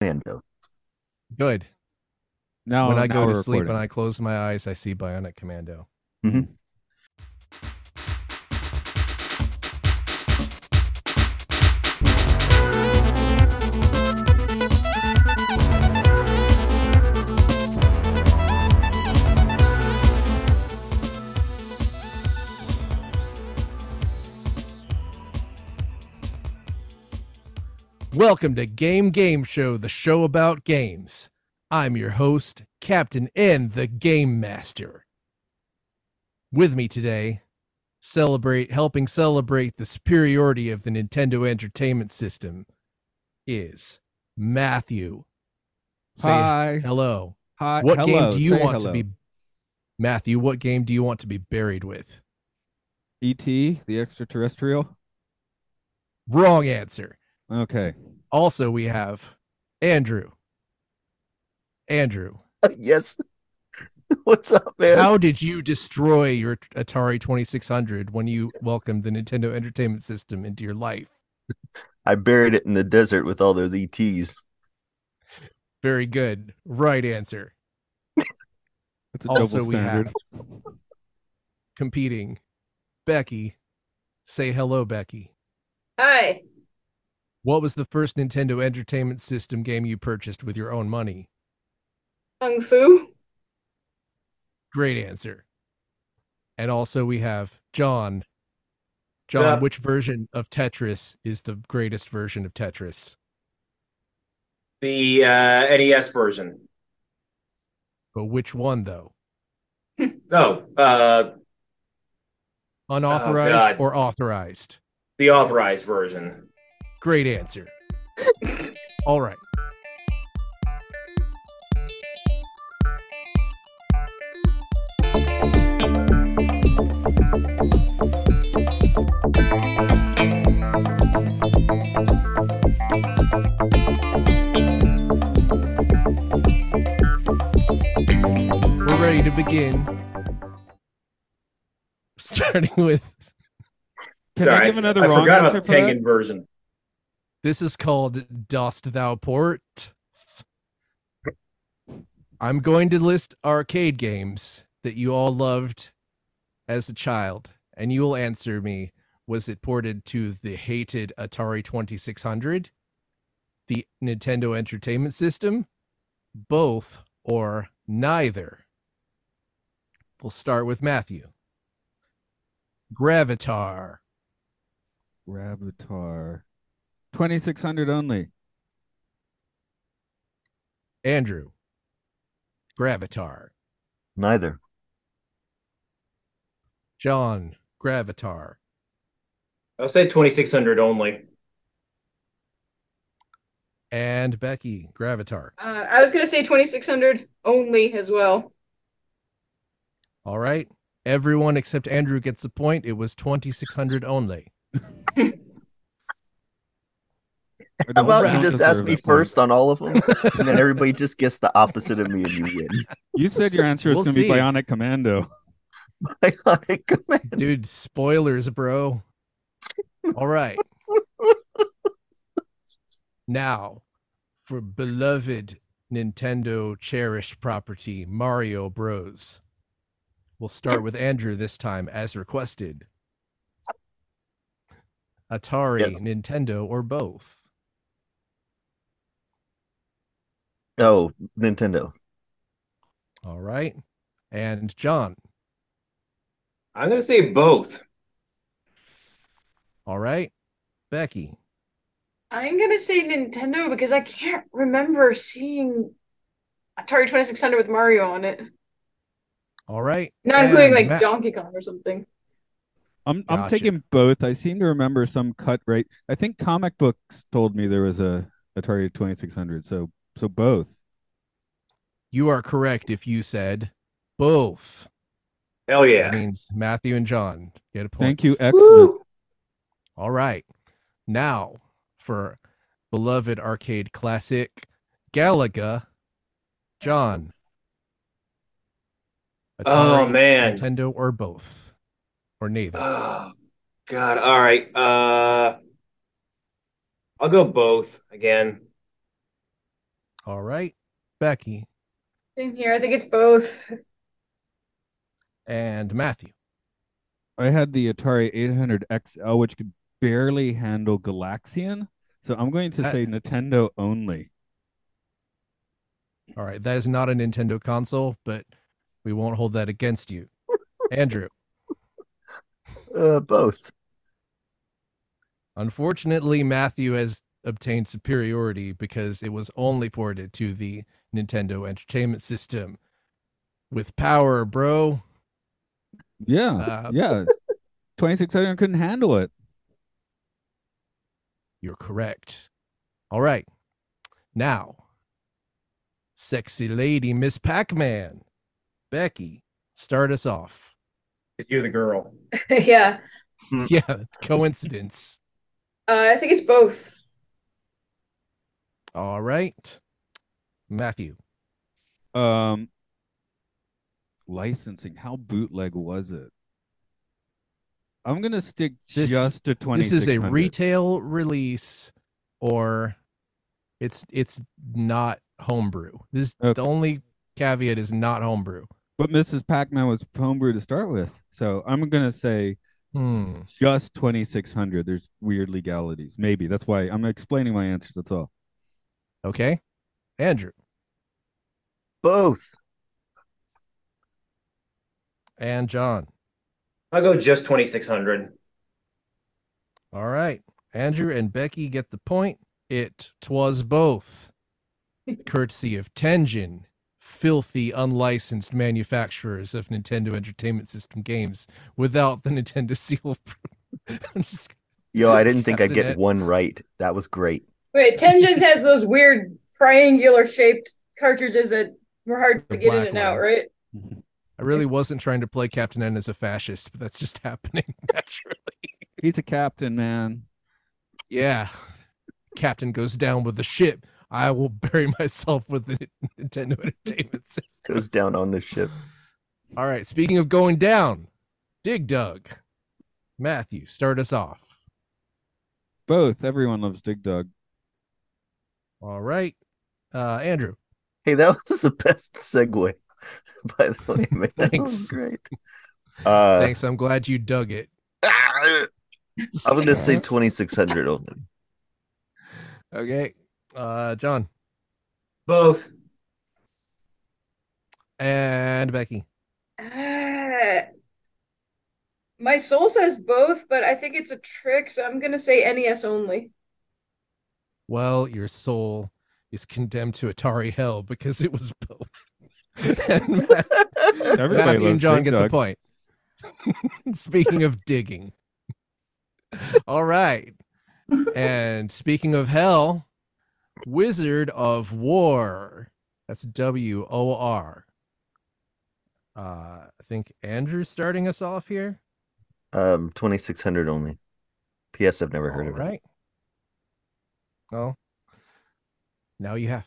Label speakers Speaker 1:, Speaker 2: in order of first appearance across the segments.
Speaker 1: Commando.
Speaker 2: Good.
Speaker 3: Now
Speaker 2: when I go to sleep and I close my eyes, I see Bionic Commando. Welcome to Game Game Show, the show about games. I'm your host, Captain N, the Game Master. With me today, celebrate helping celebrate the superiority of the Nintendo Entertainment System is Matthew. Say
Speaker 3: hi,
Speaker 2: hello.
Speaker 3: hi.
Speaker 2: What game
Speaker 3: hello,
Speaker 2: do you
Speaker 3: say
Speaker 2: want
Speaker 3: hello.
Speaker 2: to be Matthew, what game do you want to be buried with?
Speaker 3: E.T. the extraterrestrial?
Speaker 2: Wrong answer.
Speaker 3: Okay.
Speaker 2: Also, we have Andrew. Andrew,
Speaker 1: Yes. What's up, man?
Speaker 2: how did you destroy your Atari 2600 when you welcomed the Nintendo Entertainment System into your life?
Speaker 1: I buried it in the desert with all those E ETs.
Speaker 2: Very good. Right answer.
Speaker 3: It's a
Speaker 2: Also,
Speaker 3: double
Speaker 2: we
Speaker 3: standard.
Speaker 2: Competing. Becky, say hello, Becky.
Speaker 4: Hi.
Speaker 2: What was the first Nintendo Entertainment System game you purchased with your own money?
Speaker 4: Kung Fu.
Speaker 2: Great answer. And also we have John. John,
Speaker 5: Duh.
Speaker 2: which version of Tetris is the greatest version of Tetris?
Speaker 5: The uh, NES version.
Speaker 2: But which one though?
Speaker 5: Oh, uh,
Speaker 2: Unauthorized
Speaker 5: God.
Speaker 2: or authorized?
Speaker 5: the authorized version.
Speaker 2: Great answer. All right. We're ready to begin. Starting with
Speaker 3: Can
Speaker 5: All
Speaker 3: I
Speaker 5: right.
Speaker 3: give another
Speaker 5: I
Speaker 3: wrong
Speaker 5: forgot
Speaker 3: answer
Speaker 5: about
Speaker 3: for
Speaker 5: the
Speaker 3: that?
Speaker 5: Tengen version.
Speaker 2: This is called Dost Thou Port? I'm going to list arcade games that you all loved as a child, and you will answer me was it ported to the hated Atari 2600, the Nintendo Entertainment System, both, or neither? We'll start with Matthew. Gravatar.
Speaker 3: Ravitar. 2600 only.
Speaker 2: Andrew. Gravatar.
Speaker 1: Neither.
Speaker 2: John Gravatar.
Speaker 5: I'll say 2600 only.
Speaker 2: And Becky Gravatar.
Speaker 4: Uh, I was going to say 2600 only as well.
Speaker 2: All right. Everyone except Andrew gets the point. It was 2600 only.
Speaker 3: I
Speaker 1: How
Speaker 3: don't- I
Speaker 1: about you
Speaker 3: don't
Speaker 1: just ask
Speaker 3: deserve
Speaker 1: me
Speaker 3: that point.
Speaker 1: first on all of them, and then everybody just gets the opposite of me, and you win.
Speaker 3: You said your answer was
Speaker 2: We'll
Speaker 3: going to be
Speaker 2: see.
Speaker 3: Bionic Commando.
Speaker 1: Bionic Commando.
Speaker 2: Dude, spoilers, bro. All right. Now, for beloved Nintendo cherished property, Mario Bros. We'll start with Andrew this time, as requested. Atari,
Speaker 1: Yes.
Speaker 2: Nintendo, or both?
Speaker 1: Oh, Nintendo.
Speaker 2: All right. And John.
Speaker 5: I'm going to say both.
Speaker 2: All right. Becky.
Speaker 4: I'm going to say Nintendo because I can't remember seeing Atari 2600 with Mario on it.
Speaker 2: All right.
Speaker 4: Not including
Speaker 2: And
Speaker 4: like
Speaker 2: Matt-
Speaker 4: Donkey Kong or something.
Speaker 3: I'm I'm
Speaker 2: Gotcha.
Speaker 3: taking both. I seem to remember some cut rate. I think comic books told me there was a Atari 2600. So so both.
Speaker 2: You are correct if you said both.
Speaker 5: Hell yeah.
Speaker 2: That means Matthew and John get a point.
Speaker 3: Thank you. Excellent.
Speaker 5: Woo!
Speaker 2: All right. Now for beloved arcade classic Galaga, John.
Speaker 5: Oh,
Speaker 2: Atari,
Speaker 5: man.
Speaker 2: Nintendo or both. Or neither.
Speaker 5: Oh, God. All right. Uh, I'll go both again.
Speaker 2: All right, Becky
Speaker 4: Same here. I think it's both.
Speaker 2: and Matthew.
Speaker 3: I had the Atari 800 XL, which could barely handle Galaxian. So I'm going to
Speaker 2: Uh,
Speaker 3: say Nintendo only.
Speaker 2: All right, that is not a Nintendo console, but we won't hold that against you. Andrew,
Speaker 1: Uh, both.
Speaker 2: unfortunately, Matthew has obtained superiority because it was only ported to the Nintendo Entertainment System. With power, bro.
Speaker 3: Yeah.
Speaker 2: Uh,
Speaker 3: yeah. 2600 couldn't handle it.
Speaker 2: You're correct. All right. Now, sexy lady Miss Pac Man, Becky, start us off.
Speaker 5: You're the girl.
Speaker 4: yeah.
Speaker 2: Yeah, coincidence.
Speaker 4: Uh, I think it's both.
Speaker 2: All right. Matthew,
Speaker 3: Um licensing, how bootleg was it? I'm going to stick
Speaker 2: This-
Speaker 3: just to 2600.
Speaker 2: this is a retail release or it's it's not homebrew. This
Speaker 3: Okay.
Speaker 2: the only caveat is not homebrew.
Speaker 3: But Mrs. Pac-Man was homebrew to start with. So I'm going to say
Speaker 2: Hmm.
Speaker 3: just 2600. There's weird legalities. Maybe. That's why I'm explaining my answers. That's all.
Speaker 2: Okay. Andrew
Speaker 1: Both.
Speaker 2: and John.
Speaker 5: I'll go just 2600.
Speaker 2: All right. Andrew and Becky get the point. It twas both. Courtesy of Tenjin, filthy, unlicensed manufacturers of Nintendo Entertainment System games without the Nintendo seal. of approval. I'm just-
Speaker 1: Yo, I didn't think I'd
Speaker 2: Captain
Speaker 1: get
Speaker 2: Ed.
Speaker 1: one right. That was great.
Speaker 4: Wait, Tenjin's has those weird triangular shaped cartridges that were hard
Speaker 2: The
Speaker 4: to get in
Speaker 2: black
Speaker 4: and out,
Speaker 2: ones.
Speaker 4: right?
Speaker 2: I really wasn't trying to play Captain N as a fascist, but that's just happening naturally.
Speaker 3: He's a captain, man.
Speaker 2: Yeah. Captain goes down with the ship. I will bury myself with the Nintendo Entertainment System.
Speaker 1: Goes down on the ship.
Speaker 2: All right. Speaking of going down, Dig Dug. Matthew, start us off.
Speaker 3: Both. Everyone loves Dig Dug.
Speaker 2: All right. Uh, Andrew,
Speaker 1: Hey, that was the best segue, by the way, man. That was
Speaker 2: Thanks.
Speaker 1: great. Uh,
Speaker 2: thanks. I'm glad you dug it.
Speaker 1: I was gonna say 2600 only.
Speaker 2: Okay. Uh, John
Speaker 5: Both.
Speaker 2: and Becky.
Speaker 4: Ah. my soul says both, but I think it's a trick, so I'm gonna say NES only.
Speaker 2: Well, your soul is condemned to Atari hell because it was both. and Matt-
Speaker 3: Everybody
Speaker 2: Matthew and
Speaker 3: loves
Speaker 2: John
Speaker 3: Dig
Speaker 2: get the
Speaker 3: Dug.
Speaker 2: point. speaking of digging. All right. And speaking of hell, Wizard of War. That's W O R. Uh, I think Andrew's starting us off here.
Speaker 1: Um, 2600 only. P.S. I've never heard
Speaker 2: All
Speaker 1: of
Speaker 2: right. Oh. Now you have.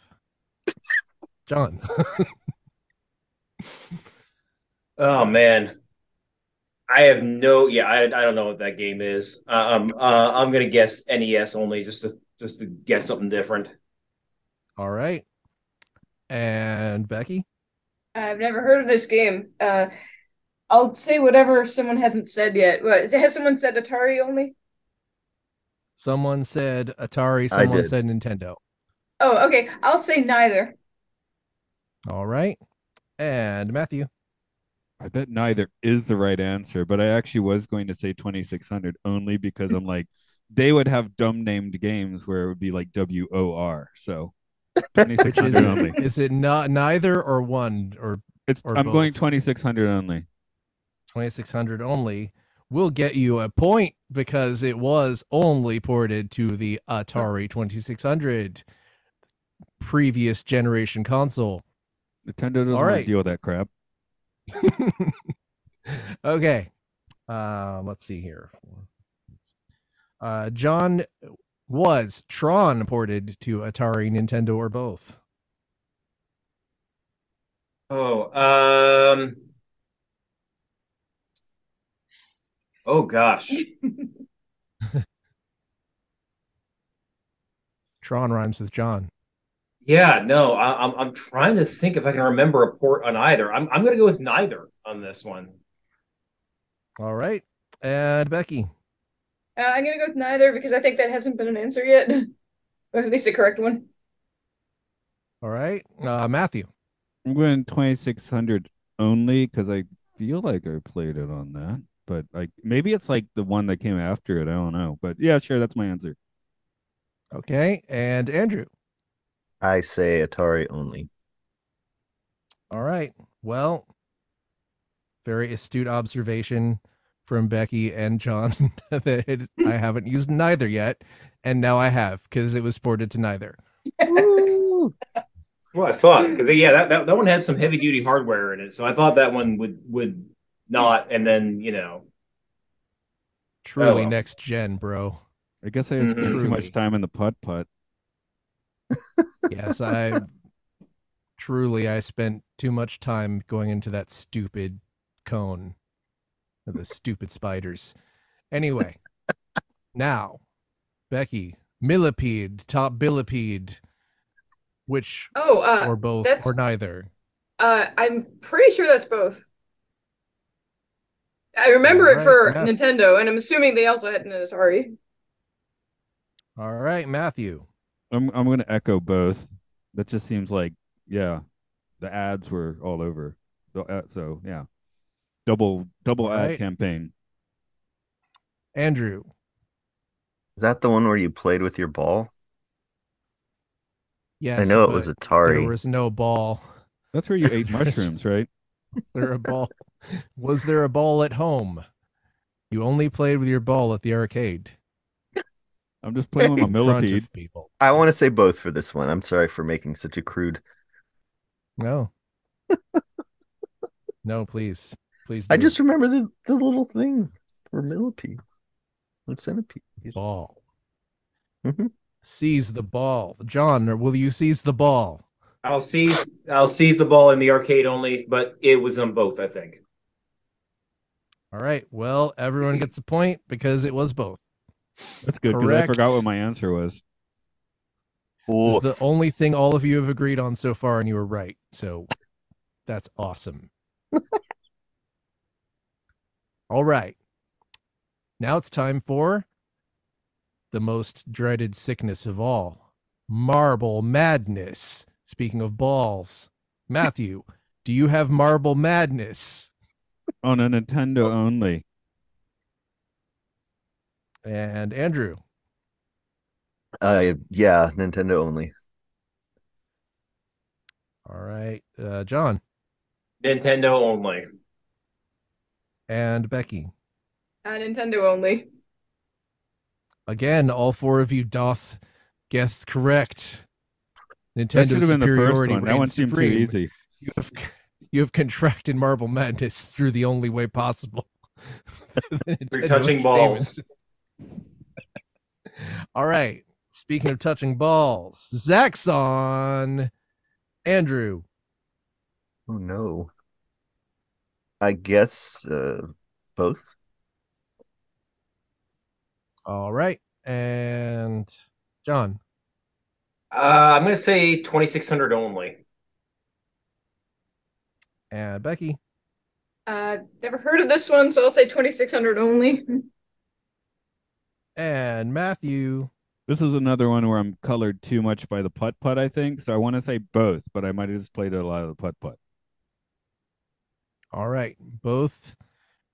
Speaker 2: John.
Speaker 5: Oh man. I have no yeah, I, I don't know what that game is. Um uh, I'm gonna guess NES only just to just to guess something different.
Speaker 2: All right. And Becky.
Speaker 4: I've never heard of this game. Uh, I'll say whatever someone hasn't said yet. What, is- has someone said Atari only?
Speaker 2: Someone said Atari,
Speaker 1: I
Speaker 2: someone
Speaker 1: did.
Speaker 2: said Nintendo.
Speaker 4: Oh, okay. I'll say neither.
Speaker 2: All right. And Matthew.
Speaker 3: I bet neither is the right answer, but I actually was going to say 2600 only because I'm like, they would have dumb named games where it would be like W O R. So
Speaker 2: Which is
Speaker 3: 2600 only.
Speaker 2: it, is it not neither or one or
Speaker 3: It's,
Speaker 2: or
Speaker 3: I'm going
Speaker 2: both?
Speaker 3: 2600 only.
Speaker 2: 2600 only will get you a point because it was only ported to the Atari 2600 previous generation console.
Speaker 3: Nintendo doesn't
Speaker 2: All
Speaker 3: want
Speaker 2: right.
Speaker 3: to deal with that crap.
Speaker 2: okay. Um, let's see here. Uh, John was Tron ported to Atari, Nintendo, or both?
Speaker 5: Oh, um Oh gosh.
Speaker 2: Tron rhymes with John.
Speaker 5: Yeah, no, I, I'm I'm trying to think if I can remember a port on either. I'm I'm gonna go with neither on this one.
Speaker 2: All right. And Becky.
Speaker 4: Uh, I'm gonna go with neither because I think that hasn't been an answer yet, or at least a correct one.
Speaker 2: All right. Uh, Matthew.
Speaker 3: I'm going 2600 only because I feel like I played it on that, but like maybe it's like the one that came after it. I don't know, but yeah, sure, that's my answer.
Speaker 2: Okay. And Andrew.
Speaker 1: I say Atari only.
Speaker 2: All right. Well, very astute observation from Becky and John that it- I haven't used neither yet. And now I have because it was ported to neither.
Speaker 5: That's what I thought because yeah, that, that that one had some heavy duty hardware in it, so I thought that one would would not, and then you know,
Speaker 2: Truly
Speaker 5: well.
Speaker 2: next gen, bro.
Speaker 3: I guess I spent too
Speaker 2: Truly.
Speaker 3: much time in the putt putt.
Speaker 2: Yes, I truly I spent too much time going into that stupid cone of the stupid spiders. Anyway, now Becky, millipede, top billipede, which
Speaker 4: Oh, uh,
Speaker 2: or both
Speaker 4: that's-
Speaker 2: or neither.
Speaker 4: uh, I'm pretty sure that's both. I remember it
Speaker 2: Alright,
Speaker 4: for
Speaker 2: yeah.
Speaker 4: Nintendo, and I'm assuming they also had an Atari.
Speaker 2: All right, Matthew.
Speaker 3: I'm I'm gonna echo both. That just seems like yeah, the ads were all over. So, uh, so yeah, double double ad
Speaker 2: Right.
Speaker 3: campaign.
Speaker 2: Andrew.
Speaker 1: Is that the one where you played with your ball?
Speaker 2: Yes.
Speaker 1: I know it
Speaker 2: but
Speaker 1: was
Speaker 2: there
Speaker 1: Atari.
Speaker 2: was no ball.
Speaker 3: That's where you ate mushrooms, right?
Speaker 2: Was there a ball? was there a ball at home? You only played with your ball at the arcade.
Speaker 3: I'm just playing with my
Speaker 2: in front of
Speaker 3: millipede.
Speaker 2: people.
Speaker 1: I want to say both for this one. I'm sorry for making such a crude.
Speaker 2: No. no, please. Please.
Speaker 1: I
Speaker 2: do.
Speaker 1: just remember the, the little thing for millipede and centipede.
Speaker 2: ball.
Speaker 1: Mhm.
Speaker 2: Seize the ball. John, or will you seize the ball?
Speaker 5: I'll seize I'll seize the ball in the arcade only, but it was on both. I think.
Speaker 2: All right. Well, everyone gets a point because it was both.
Speaker 3: That's good because I forgot
Speaker 2: Correct.
Speaker 3: what my answer was.
Speaker 2: It's the only thing all of you have agreed on so far, and you were right. So that's awesome. all right. Now it's time for the most dreaded sickness of all marble madness. Speaking of balls, Matthew, do you have marble madness?
Speaker 3: On a Oh, Nintendo
Speaker 2: Oh,
Speaker 3: only.
Speaker 2: And Andrew,
Speaker 1: Uh, yeah, Nintendo only.
Speaker 2: all right, uh, John,
Speaker 5: Nintendo only.
Speaker 2: and Becky.
Speaker 4: Uh, Nintendo only.
Speaker 2: Again, all four of you doth guess correct.
Speaker 3: That should
Speaker 2: Nintendo
Speaker 3: have been the first
Speaker 2: superiority
Speaker 3: one. That one
Speaker 2: reigns
Speaker 3: seemed too
Speaker 2: supreme.
Speaker 3: easy.
Speaker 2: You have, you have contracted marble madness through the only way possible. The Nintendo
Speaker 5: touching
Speaker 2: Entertainment
Speaker 5: balls.
Speaker 2: System. all right. Speaking of touching balls, Zach's on. Andrew,
Speaker 1: Oh no. I guess uh, both.
Speaker 2: all right, and John.
Speaker 5: Uh, I'm gonna say 2600 only.
Speaker 2: And Becky.
Speaker 4: Uh, never heard of this one, so I'll say 2600 only.
Speaker 2: And Matthew.
Speaker 3: This is another one where I'm colored too much by the putt putt, I think. So I want to say both, but I might have just played a lot of the putt putt.
Speaker 2: All right. Both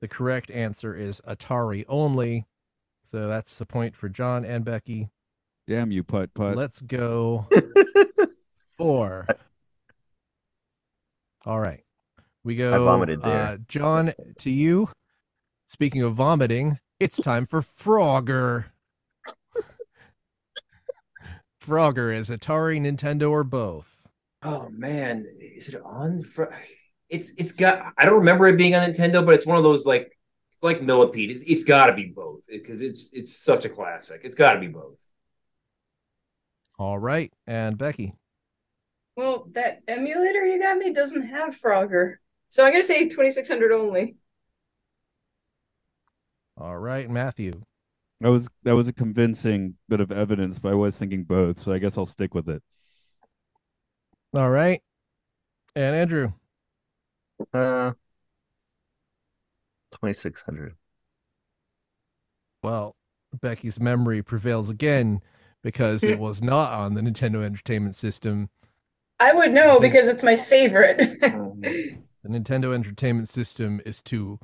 Speaker 2: the correct answer is Atari only. So that's the point for John and Becky.
Speaker 3: Damn you, putt putt.
Speaker 2: Let's go four. All right. We go.
Speaker 1: vomited there.
Speaker 2: Uh, John, to you. Speaking of vomiting, it's time for Frogger. Frogger is Atari, Nintendo, or both.
Speaker 5: Oh man, is it on? Fr- it's it's got. I don't remember it being on Nintendo, but it's one of those like it's like Millipede. It's, it's got to be both because it's it's such a classic. It's got to be both.
Speaker 2: All right. And Becky.
Speaker 4: Well, that emulator you got me doesn't have Frogger, so I'm gonna say 2600 only.
Speaker 2: All right. Matthew.
Speaker 3: That was that was a convincing bit of evidence, but I was thinking both, so I guess I'll stick with it.
Speaker 2: All right. And Andrew,
Speaker 1: Uh, 2600.
Speaker 2: well, Becky's memory prevails again because it was not on the Nintendo Entertainment System.
Speaker 4: I would know because it's my favorite.
Speaker 2: The Nintendo Entertainment System is too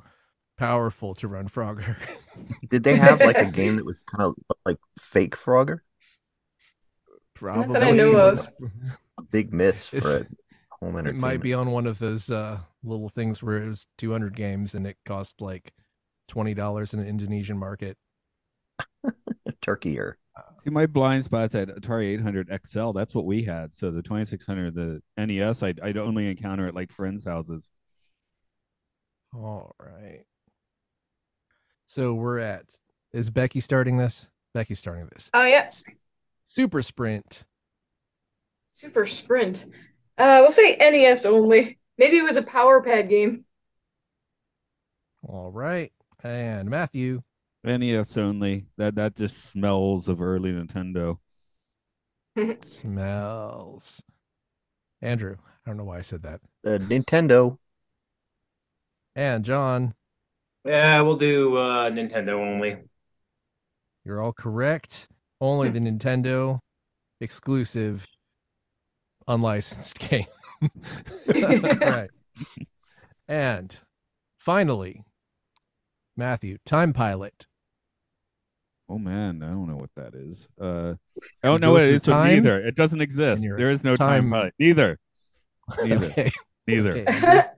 Speaker 2: powerful to run Frogger.
Speaker 1: Did they have like a game that was kind of like fake Frogger?
Speaker 2: Probably.
Speaker 4: that I know of.
Speaker 1: A big miss
Speaker 2: If-
Speaker 1: for a home
Speaker 2: It
Speaker 1: entertainment.
Speaker 2: might be on one of those uh, little things where it was 200 games and it cost like $20 in an Indonesian market.
Speaker 1: Turkey or
Speaker 3: See, my blind spots at Atari 800 XL. That's what we had. So the 2600, the NES, I'd, I'd only encounter at like friends' houses.
Speaker 2: All right. So we're at. Is Becky starting this? Becky's starting this.
Speaker 4: oh yeah,
Speaker 2: Super Sprint.
Speaker 4: Super Sprint. Uh, we'll say NES only. Maybe it was a Power Pad game.
Speaker 2: All right. And Matthew.
Speaker 3: NES E only. That that just smells of early Nintendo.
Speaker 2: Smells. Andrew. I don't know why I said that.
Speaker 1: uh, Nintendo.
Speaker 2: And John.
Speaker 5: Yeah, we'll do uh, Nintendo only.
Speaker 2: You're all correct. Only the Nintendo exclusive unlicensed game. all right. And finally, Matthew, Time Pilot.
Speaker 3: Oh man, I don't know what that is. Uh, I don't
Speaker 2: You
Speaker 3: know
Speaker 2: go
Speaker 3: what it
Speaker 2: through
Speaker 3: is with
Speaker 2: time,
Speaker 3: neither. It doesn't exist.
Speaker 2: you're
Speaker 3: There is no
Speaker 2: time-
Speaker 3: time, pilot. Neither. Neither.
Speaker 2: Okay.
Speaker 3: Neither.
Speaker 2: okay.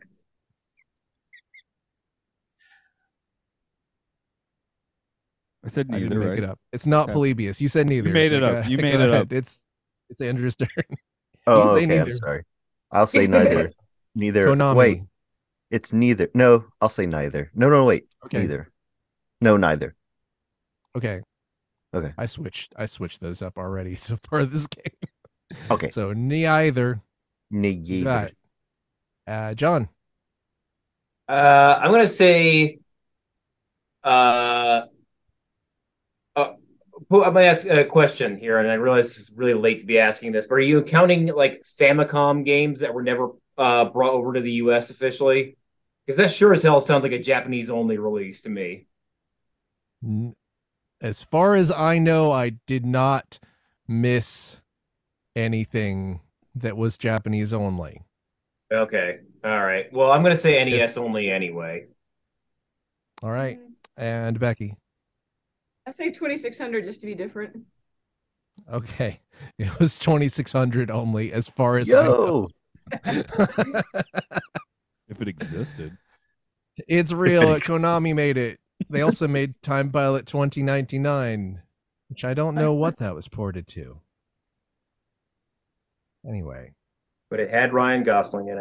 Speaker 3: I said
Speaker 2: I didn't
Speaker 3: neither,
Speaker 2: make
Speaker 3: right?
Speaker 2: it up. It's not
Speaker 3: Okay.
Speaker 2: Polybius. You said neither.
Speaker 3: made it
Speaker 2: Go
Speaker 3: up. You
Speaker 2: ahead-
Speaker 3: made
Speaker 2: go
Speaker 3: it up.
Speaker 2: ahead. It's it's Andrew's turn.
Speaker 1: Oh, okay.
Speaker 2: say
Speaker 1: I'm
Speaker 2: neither.
Speaker 1: sorry. I'll say neither. neither.
Speaker 2: Konami.
Speaker 1: Wait, it's neither. No, I'll say neither. No, no, wait.
Speaker 2: Okay.
Speaker 1: Neither. No, neither.
Speaker 2: Okay.
Speaker 1: Okay.
Speaker 2: I switched. I switched those up already so far this game.
Speaker 1: Okay.
Speaker 2: So neither. You
Speaker 1: Neither.
Speaker 2: got it. Uh, John.
Speaker 5: Uh, I'm gonna say. Uh, uh, who- I'm gonna ask a question here, and I realize it's really late to be asking this, but are you counting like Famicom games that were never uh, brought over to the U.S. officially? Because that sure as hell sounds like a Japanese-only release to me.
Speaker 2: n- As far as I know, I did not miss anything that was Japanese only.
Speaker 5: Okay, all right. Well, I'm gonna say NES only anyway.
Speaker 2: All right. And Becky.
Speaker 4: I say 2600 just to be different.
Speaker 2: Okay. It was 2600 only as far as I know.
Speaker 1: Yo.
Speaker 3: If it existed.
Speaker 2: It's real.
Speaker 1: Thanks.
Speaker 2: Konami made it. They also made Time Pilot 2099, which I don't know what that was ported to. Anyway,
Speaker 5: But it had Ryan Gosling in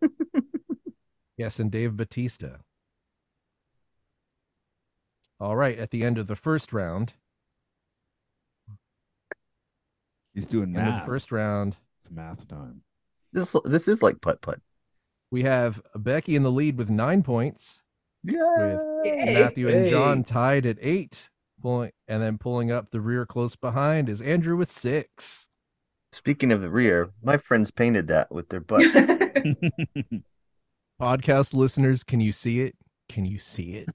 Speaker 5: it.
Speaker 2: yes, and Dave Batista. All right, at the end of the first round,
Speaker 3: He's doing
Speaker 2: end of the
Speaker 3: math.
Speaker 2: first round,
Speaker 3: It's math time.
Speaker 1: This this is like putt putt.
Speaker 2: we have Becky in the lead with nine points,
Speaker 1: Yeah.
Speaker 4: Yay.
Speaker 2: Matthew and
Speaker 5: Hey.
Speaker 2: John tied at eight, pulling, and then pulling up the rear close behind is Andrew with six.
Speaker 1: Speaking of the rear, my friends painted that with their butt.
Speaker 3: it's
Speaker 2: Podcast listeners, can you see it? Can you see it?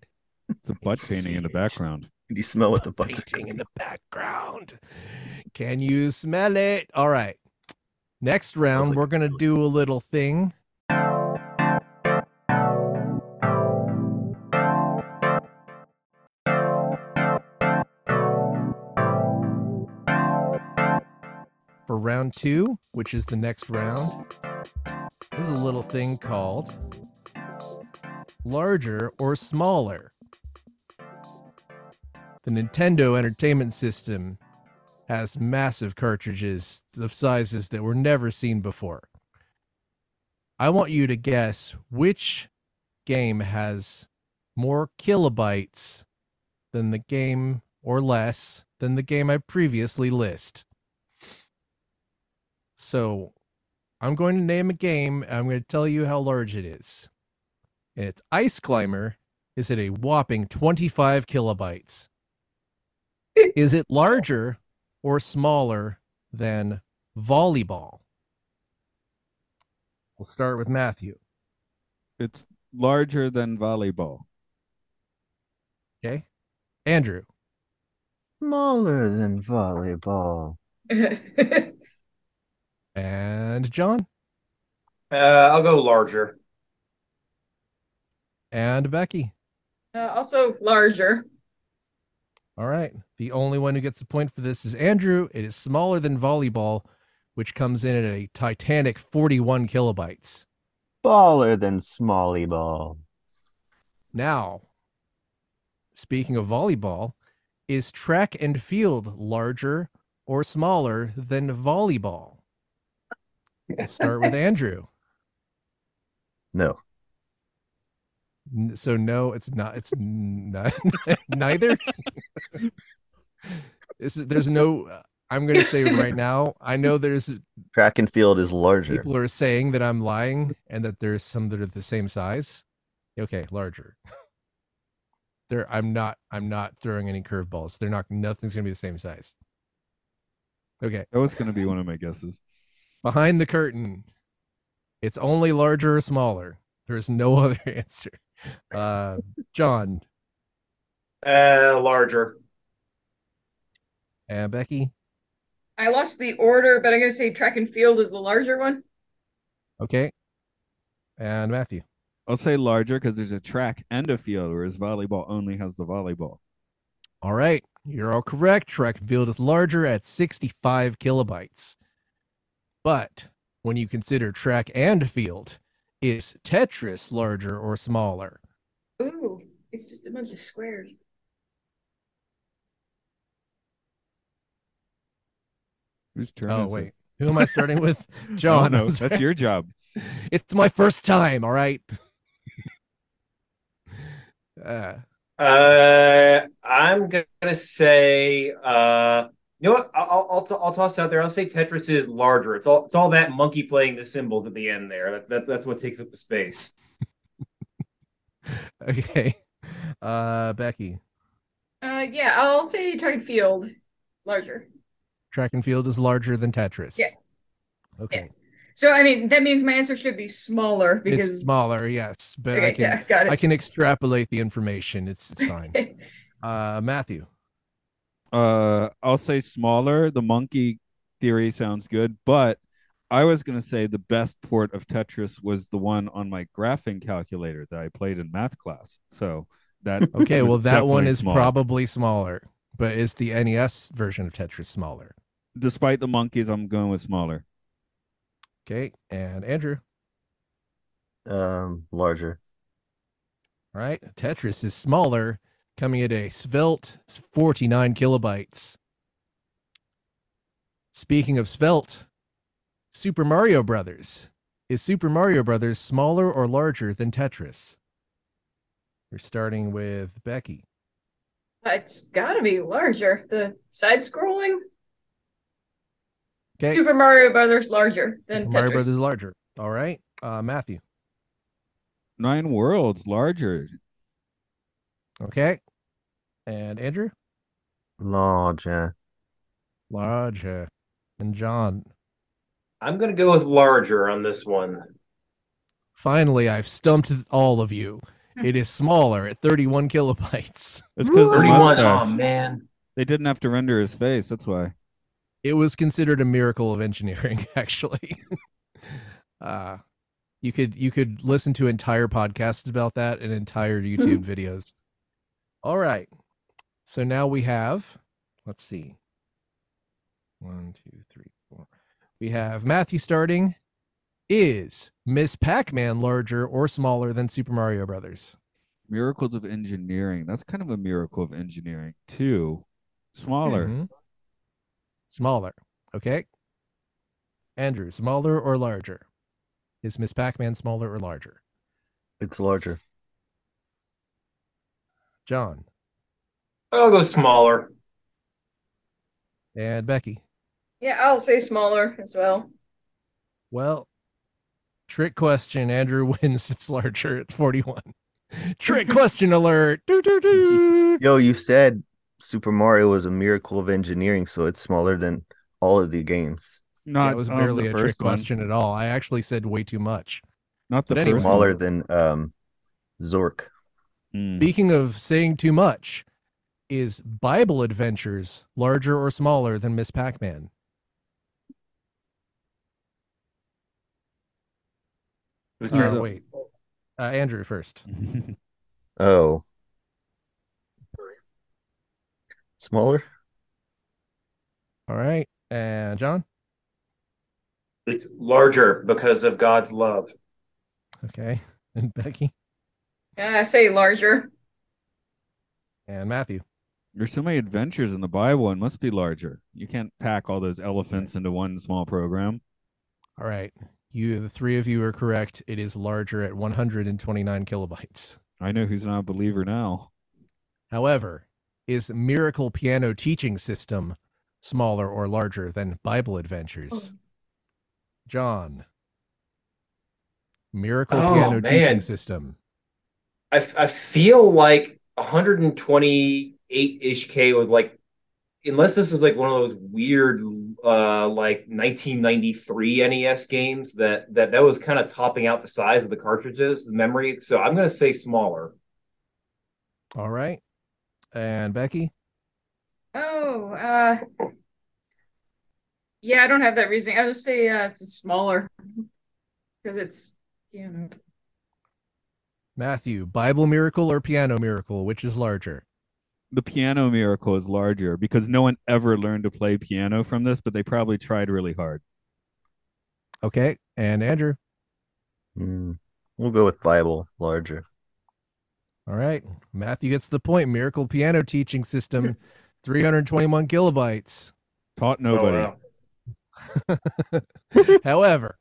Speaker 3: a butt painting in the
Speaker 2: Shit.
Speaker 3: background.
Speaker 1: you smell what the butts are
Speaker 2: painting in
Speaker 1: cooking?
Speaker 2: the background. Can you smell it? All right. Next round,
Speaker 1: like
Speaker 2: we're going to
Speaker 1: really-
Speaker 2: do a little thing. For round two, which is the next round, is a little thing called larger or smaller. The Nintendo Entertainment System has massive cartridges of sizes that were never seen before. I want you to guess which game has more kilobytes than the game or less than the game I previously list. So I'm going to name a game and I'm going to tell you how large it is. And its Ice Climber is at a whopping 25 kilobytes is it larger or smaller than volleyball? We'll start with Matthew.
Speaker 3: It's larger than volleyball.
Speaker 2: Okay. Andrew.
Speaker 1: Smaller than volleyball.
Speaker 2: And John.
Speaker 5: Uh, I'll go larger.
Speaker 2: And Becky.
Speaker 4: Uh, also larger.
Speaker 2: All right. The only one who gets the point for this is Andrew. It is smaller than volleyball, which comes in at a titanic 41 kilobytes.
Speaker 1: Baller than smally ball.
Speaker 2: Now, speaking of volleyball, is track and field larger or smaller than volleyball? We'll start with Andrew.
Speaker 1: No.
Speaker 2: N- So no, it's not. It's not, neither. this is, there's no. uh, I'm going to say right now. I know there's
Speaker 1: Track and field is larger.
Speaker 2: people are saying that I'm lying and that there's some that are the same size. Okay, larger. There, I'm not. I'm not throwing any curveballs. They're not. Nothing's going to be the same size. Okay,
Speaker 3: That was going to be one of my guesses.
Speaker 2: behind the curtain. It's only larger or smaller. There's no other answer. Uh, John
Speaker 5: Uh, larger.
Speaker 2: and Becky.
Speaker 4: I lost the order, but I'm going to say track and field is the larger one.
Speaker 2: Okay, and Matthew.
Speaker 3: I'll say larger because there's a track and a field, whereas volleyball only has the volleyball.
Speaker 2: All right, you're all correct. Track and field is larger at 65 kilobytes. But when you consider track and field, is Tetris larger or smaller?
Speaker 4: Ooh, it's just a bunch of squares.
Speaker 3: Who's turn?
Speaker 2: Oh,
Speaker 3: is it?
Speaker 2: wait. Who am I starting with?
Speaker 3: Oh,
Speaker 2: John. I'm
Speaker 3: no, that's
Speaker 2: sorry.
Speaker 3: your job.
Speaker 2: It's my first time, all right? uh,
Speaker 5: Uh, I'm gonna say, uh, you know what? I'll I'll, I'll, t- I'll toss it out there. I'll say Tetris is larger. It's all it's all that monkey playing the symbols at the end there. That, that's that's what takes up the space.
Speaker 2: okay. Uh, Becky,
Speaker 4: Uh, yeah, I'll say track and field larger.
Speaker 2: track and field is larger than Tetris.
Speaker 4: Yeah.
Speaker 2: Okay.
Speaker 4: So I mean that means my answer should be smaller
Speaker 2: It's
Speaker 4: because
Speaker 2: smaller, yes, but I
Speaker 4: okay,
Speaker 2: can
Speaker 4: yeah, got
Speaker 2: I
Speaker 4: it.
Speaker 2: can extrapolate the information. It's it's fine.
Speaker 4: Okay.
Speaker 2: Uh, Matthew.
Speaker 3: Uh, I'll say smaller. The monkey theory sounds good, but I was gonna say the best port of Tetris was the one on my graphing calculator that I played in math class. So that
Speaker 2: Okay,
Speaker 3: was
Speaker 2: well that one
Speaker 3: definitely
Speaker 2: is
Speaker 3: small.
Speaker 2: probably smaller, but is the NES version of Tetris smaller?
Speaker 3: despite the monkeys, I'm going with smaller.
Speaker 2: Okay, and Andrew.
Speaker 1: Um, larger.
Speaker 2: All right, Tetris is smaller, coming at a svelte 49 kilobytes. Speaking of svelte, Super Mario Brothers. Is Super Mario Brothers smaller or larger than Tetris? We're starting with Becky.
Speaker 4: It's gotta be larger. The side scrolling
Speaker 2: Okay,
Speaker 4: Super Mario Brothers larger than
Speaker 2: Super Mario
Speaker 4: Tetris.
Speaker 2: Brothers is larger. All right, uh, Matthew.
Speaker 3: Nine worlds larger.
Speaker 2: Okay, and Andrew.
Speaker 1: Larger.
Speaker 2: Larger, and John.
Speaker 5: I'm gonna go with larger on this one.
Speaker 2: Finally, I've stumped all of you. It is smaller at 31 kilobytes.
Speaker 3: It's because
Speaker 5: Thirty-one. Oh
Speaker 3: um,
Speaker 5: man.
Speaker 3: they didn't have to render his face. That's why.
Speaker 2: It was considered a miracle of engineering, actually. uh, you could you could listen to entire podcasts about that and entire YouTube videos. All right. So now we have, let's see. One, two, three, four. We have Matthew starting. Is Miss Pac-Man larger or smaller than Super Mario Brothers?
Speaker 3: Miracles of engineering. That's kind of a miracle of engineering too. Smaller.
Speaker 2: Mhm. Smaller. Okay. Andrew, smaller or larger? Is Miss Pac Man smaller or larger?
Speaker 1: It's larger.
Speaker 2: John
Speaker 5: I'll go smaller.
Speaker 2: and Becky.
Speaker 4: Yeah, I'll say smaller as well.
Speaker 2: Well, trick question. Andrew wins. It's larger at 41. Trick question alert. Doo, doo, doo.
Speaker 1: Yo, you said Super Mario was a miracle of engineering, so it's smaller than all of the games.
Speaker 3: Not
Speaker 2: it was
Speaker 3: um,
Speaker 2: barely
Speaker 3: the
Speaker 2: a
Speaker 3: first
Speaker 2: trick
Speaker 3: one.
Speaker 2: question at all. I actually said way too much.
Speaker 3: Not the
Speaker 2: But
Speaker 3: first
Speaker 2: anyway.
Speaker 1: Smaller
Speaker 3: one.
Speaker 1: than um, Zork.
Speaker 3: Mm.
Speaker 2: Speaking of saying too much, is Bible Adventures larger or smaller than Miss Pac Man?
Speaker 5: Who's
Speaker 3: Sure.
Speaker 2: Uh,
Speaker 5: turn?
Speaker 2: wait. Uh, Andrew first.
Speaker 3: Hmm.
Speaker 1: Oh. Smaller?
Speaker 2: All right. And John?
Speaker 5: It's larger because of God's love.
Speaker 2: Okay. And Becky?
Speaker 4: Yeah, I say larger.
Speaker 2: And Matthew?
Speaker 3: There's so many adventures in the Bible, and must be larger. You can't pack all those elephants into one small program.
Speaker 2: All right. You, the three of you are correct. It is larger at 129 kilobytes.
Speaker 3: I know who's not a believer now.
Speaker 2: However, is Miracle Piano Teaching System smaller or larger than Bible
Speaker 5: Oh.
Speaker 2: Adventures? John. Miracle
Speaker 5: Oh,
Speaker 2: Piano Teaching
Speaker 5: man.
Speaker 2: System.
Speaker 5: I, f- I feel like 128 ish K was like, unless this was like one of those weird, uh, like 1993 NES E games that that that was kind of topping out the size of the cartridges, the memory. So I'm gonna say smaller.
Speaker 2: All right. And Becky?
Speaker 4: Oh, uh, yeah, I don't have that reasoning. I would say uh, it's smaller because it's you know
Speaker 2: Matthew, Bible Miracle or Piano Miracle? Which is larger?
Speaker 3: The piano miracle is larger because no one ever learned to play piano from this, but they probably tried really hard.
Speaker 2: Okay. And Andrew?
Speaker 1: Mm, We'll go with Bible larger.
Speaker 2: All right. Matthew gets the point. Miracle Piano Teaching System, 321 kilobytes.
Speaker 3: Taught nobody.
Speaker 5: Oh, wow.
Speaker 2: However,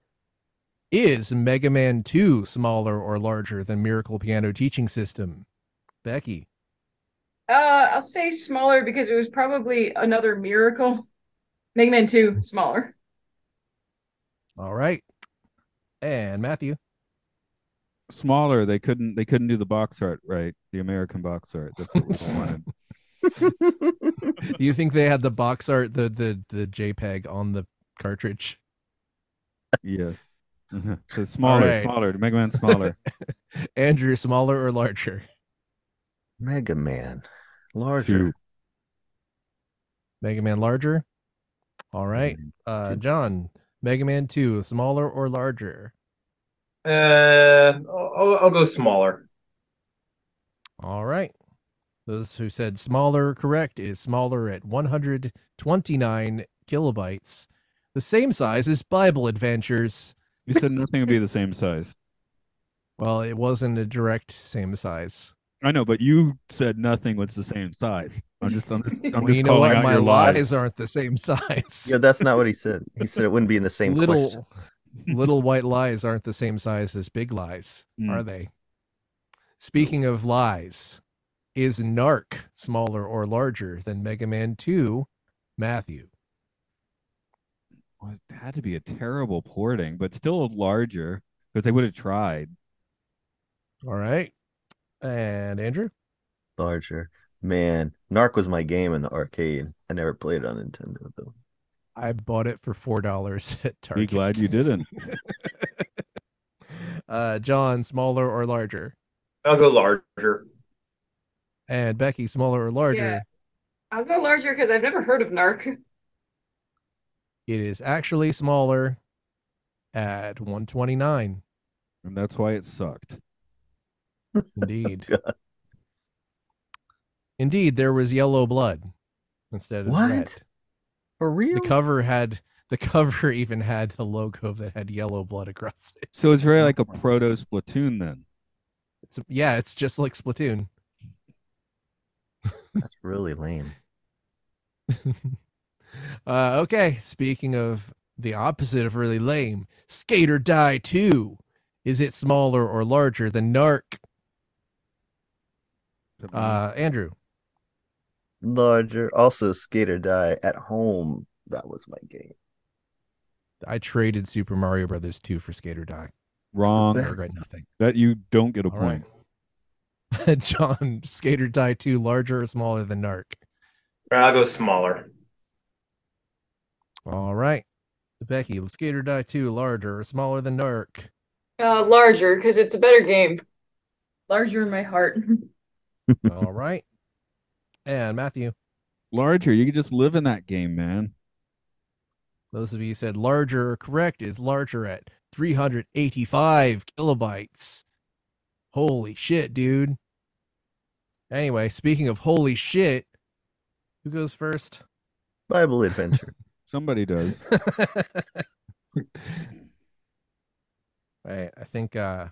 Speaker 2: is Mega Man 2 smaller or larger than Miracle Piano Teaching System? Becky.
Speaker 4: Uh, I'll say smaller because it was probably another miracle. Mega Man 2, smaller.
Speaker 2: All right. And Matthew.
Speaker 3: Smaller. They couldn't. They couldn't do the box art right. The American box art. That's what was wanted.
Speaker 2: Do you think they had the box art, the the the JPEG on the cartridge?
Speaker 3: Yes. so smaller,
Speaker 2: right.
Speaker 3: smaller. Mega Man smaller.
Speaker 2: Andrew, smaller or larger?
Speaker 1: Mega Man larger.
Speaker 3: Two.
Speaker 2: Mega Man larger? All right. Uh
Speaker 1: Two.
Speaker 2: John, Mega Man 2, smaller or larger?
Speaker 5: Uh, I'll, I'll go smaller.
Speaker 2: All right. Those who said smaller correct It is smaller at 129 kilobytes, the same size as Bible Adventures.
Speaker 3: You said nothing would be the same size.
Speaker 2: Well, it wasn't a direct same size.
Speaker 3: I know, but you said nothing was the same size. I'm just, I'm just, I'm
Speaker 2: Well,
Speaker 3: just
Speaker 2: you know
Speaker 3: calling
Speaker 2: what?
Speaker 3: out
Speaker 2: My
Speaker 3: your
Speaker 2: lies
Speaker 3: lies.
Speaker 2: aren't the same size.
Speaker 1: Yeah, that's not what he said. He said it wouldn't be in the same question.
Speaker 2: little little white lies aren't the same size as big lies,
Speaker 3: Mm.
Speaker 2: are they? Speaking of lies, is Narc smaller or larger than Mega Man 2? Matthew.
Speaker 3: Well, it had to be a terrible porting, but still larger because they would have tried.
Speaker 2: All right. And Andrew?
Speaker 1: Larger. Man, Narc was my game in the arcade. I never played it on Nintendo though.
Speaker 2: I bought it for four dollars at
Speaker 3: Be
Speaker 2: Target.
Speaker 3: glad you didn't.
Speaker 2: Uh, John, smaller or larger,
Speaker 5: I'll go larger.
Speaker 2: and Becky, smaller or larger.
Speaker 4: Yeah. I'll go larger because I've never heard of Narc.
Speaker 2: It is actually smaller at one twenty nine.
Speaker 3: and that's why it sucked.
Speaker 2: Indeed. Indeed, there was yellow blood instead of
Speaker 1: What?
Speaker 2: red.
Speaker 1: For real?
Speaker 2: The cover had the cover even had a logo that had yellow blood across it.
Speaker 3: So it's very like a proto Splatoon then.
Speaker 2: It's, yeah, it's just like Splatoon.
Speaker 1: That's really lame.
Speaker 2: uh, okay, speaking of the opposite of really lame, Skater Die 2. Is it smaller or larger than Narc?
Speaker 3: Hmm.
Speaker 2: Uh, Andrew.
Speaker 1: Larger. Also Skate or Die at home. That was my game.
Speaker 2: I traded Super Mario Brothers 2 for Skater Die. I
Speaker 3: Wrong.
Speaker 1: best.
Speaker 2: regret nothing.
Speaker 3: That you don't get a
Speaker 2: All
Speaker 3: point.
Speaker 2: right. John, Skater Die 2 larger or smaller than Narc?
Speaker 5: I'll go smaller.
Speaker 2: All right. Becky, will Skater Die 2 larger or smaller than Dark?
Speaker 4: Uh, larger because it's a better game.
Speaker 6: Larger in my heart.
Speaker 2: All right. And Matthew,
Speaker 3: Larger. You could just live in that game, man.
Speaker 2: those of you who said larger are correct. It's larger at 385 kilobytes. Holy shit, dude. Anyway, speaking of holy shit, who goes first?
Speaker 1: Bible adventure.
Speaker 3: Somebody does.
Speaker 2: Right, I think uh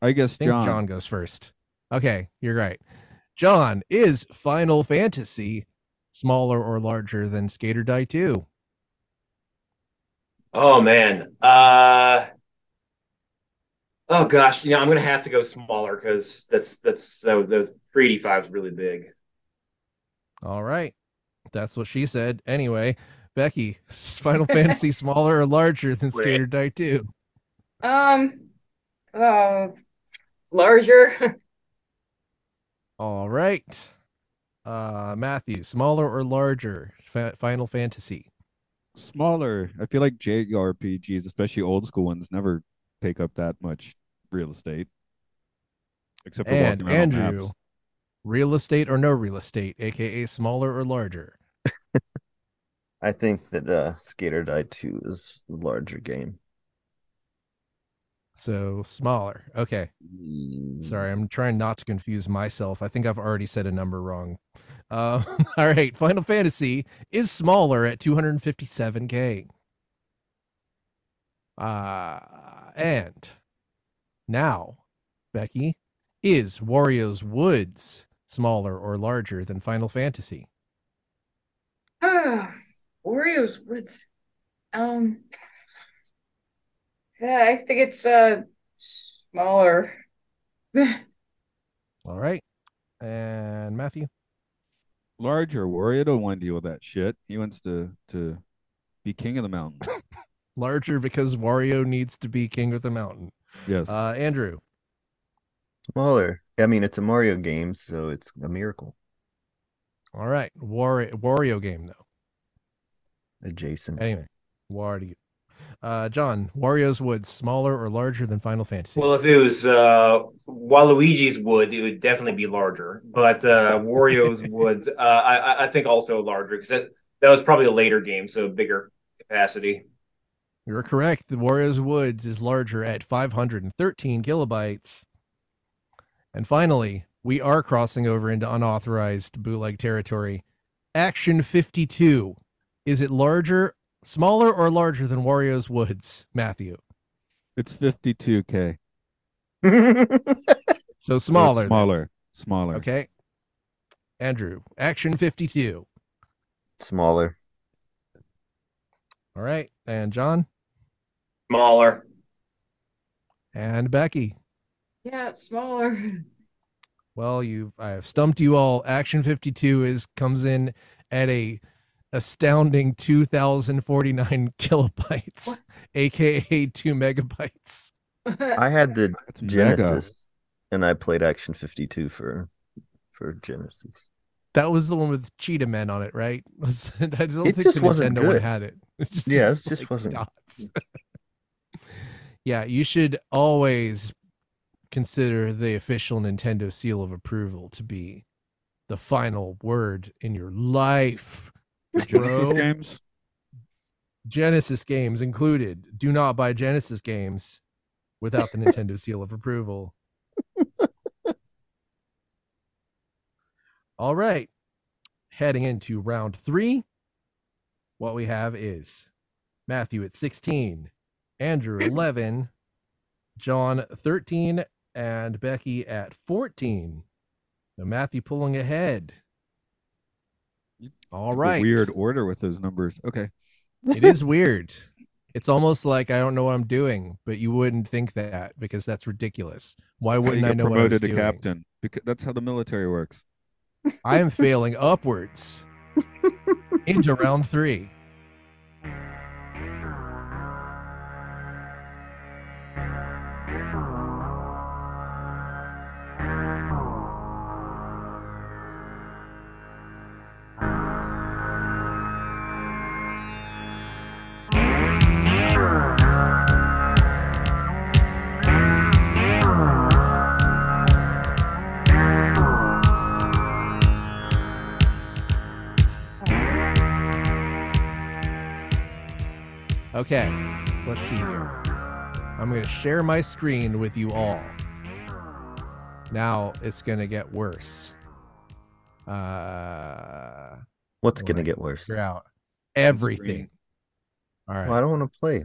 Speaker 2: I
Speaker 3: I guess
Speaker 2: think John.
Speaker 3: John.
Speaker 2: goes first. Okay, you're right. John, is Final Fantasy smaller or larger than Skater Die 2?
Speaker 5: Oh man. Uh oh gosh, you know, I'm gonna have to go smaller because that's that's that was, that was 385 is really big.
Speaker 2: All right. That's what she said. Anyway, Becky, is Final Fantasy smaller or larger than
Speaker 1: Bleh.
Speaker 2: Skater Die 2?
Speaker 6: um,
Speaker 4: Uh, larger.
Speaker 2: All right. Uh Matthew, smaller or larger Fa- Final Fantasy?
Speaker 3: Smaller. I feel like JRPGs, especially old school ones, never take up that much real estate. Except for
Speaker 2: And
Speaker 3: walking around on
Speaker 2: Andrew,
Speaker 3: maps.
Speaker 2: real estate or no real estate, aka smaller or larger?
Speaker 1: I think that uh Skater Die 2 is a larger game.
Speaker 2: So smaller. Okay. Sorry, I'm trying not to confuse myself. I think I've already said a number wrong. Uh, all right, Final Fantasy is smaller at 257k. Uh, and now, Becky, is Wario's Woods smaller or larger than Final Fantasy?
Speaker 4: Ah, Oreos. What's um? Yeah, I think it's uh smaller.
Speaker 2: All right, and Matthew.
Speaker 3: Larger. Wario don't want to deal with that shit. He wants to to be king of the mountain.
Speaker 2: Larger because Wario needs to be king of the mountain.
Speaker 3: Yes.
Speaker 2: Uh, Andrew,
Speaker 1: Smaller. I mean, it's a Mario game, so it's a miracle.
Speaker 2: all right, War- Wario game though.
Speaker 1: Adjacent.
Speaker 2: Anyway, Wario. Uh, John, Wario's Woods smaller or larger than Final Fantasy?
Speaker 5: Well, if it was uh Waluigi's wood, it would definitely be larger. But uh Wario's woods, uh I I- I think also larger because that, that was probably a later game, so bigger capacity.
Speaker 2: You're correct. The Wario's Woods is larger at 513 kilobytes. And finally, we are crossing over into unauthorized bootleg territory. Action 52. Is it larger, smaller, or larger than Wario's Woods, Matthew?
Speaker 3: it's 52k.
Speaker 2: So
Speaker 3: So it's
Speaker 2: smaller. then.
Speaker 3: Smaller. Smaller.
Speaker 2: Okay. Andrew, Action 52.
Speaker 1: Smaller.
Speaker 2: All right. And John
Speaker 5: Smaller.
Speaker 2: and Becky.
Speaker 4: Yeah, it's smaller.
Speaker 2: Well, you I have stumped you all. Action 52 is comes in at a astounding 2049 kilobytes,
Speaker 4: What?
Speaker 2: aka 2 megabytes.
Speaker 1: I had the
Speaker 3: That's
Speaker 1: Genesis and I played Action 52 for for Genesis.
Speaker 2: That was the one with Cheetah Men on it, right? Was- I don't
Speaker 1: It
Speaker 2: think
Speaker 1: just
Speaker 2: the
Speaker 1: wasn't
Speaker 2: Nintendo one
Speaker 1: good.
Speaker 2: had it. It just
Speaker 1: Yeah, it
Speaker 2: looks
Speaker 1: just wasn't-
Speaker 2: dots. yeah, you should always consider the official Nintendo seal of approval to be the final word in your life.
Speaker 3: mega.
Speaker 2: Bro.
Speaker 3: Genesis games.
Speaker 2: Genesis games included. Do not buy Genesis games without the Nintendo seal of approval. All right. Heading into round three, what we have is Matthew at 16, Andrew 11, John 13, and Becky at 14. So Matthew pulling ahead. All
Speaker 3: The
Speaker 2: right
Speaker 3: Weird order with those numbers. Okay.
Speaker 2: it is weird. It's almost like I don't know what I'm doing, but you wouldn't think that because that's ridiculous. Why
Speaker 3: That's how you
Speaker 2: wouldn't I
Speaker 3: get
Speaker 2: know what I was
Speaker 3: promoted to
Speaker 2: doing?
Speaker 3: captain? Because that's how the military works.
Speaker 2: I am failing upwards into round three.
Speaker 7: Thank
Speaker 2: Okay, let's see here. I'm going to share my screen with you all. Now it's going to get worse. Uh,
Speaker 1: What's gonna
Speaker 2: Alright.
Speaker 1: get worse?
Speaker 2: figure out everything. All right.
Speaker 1: Well, I don't want to play.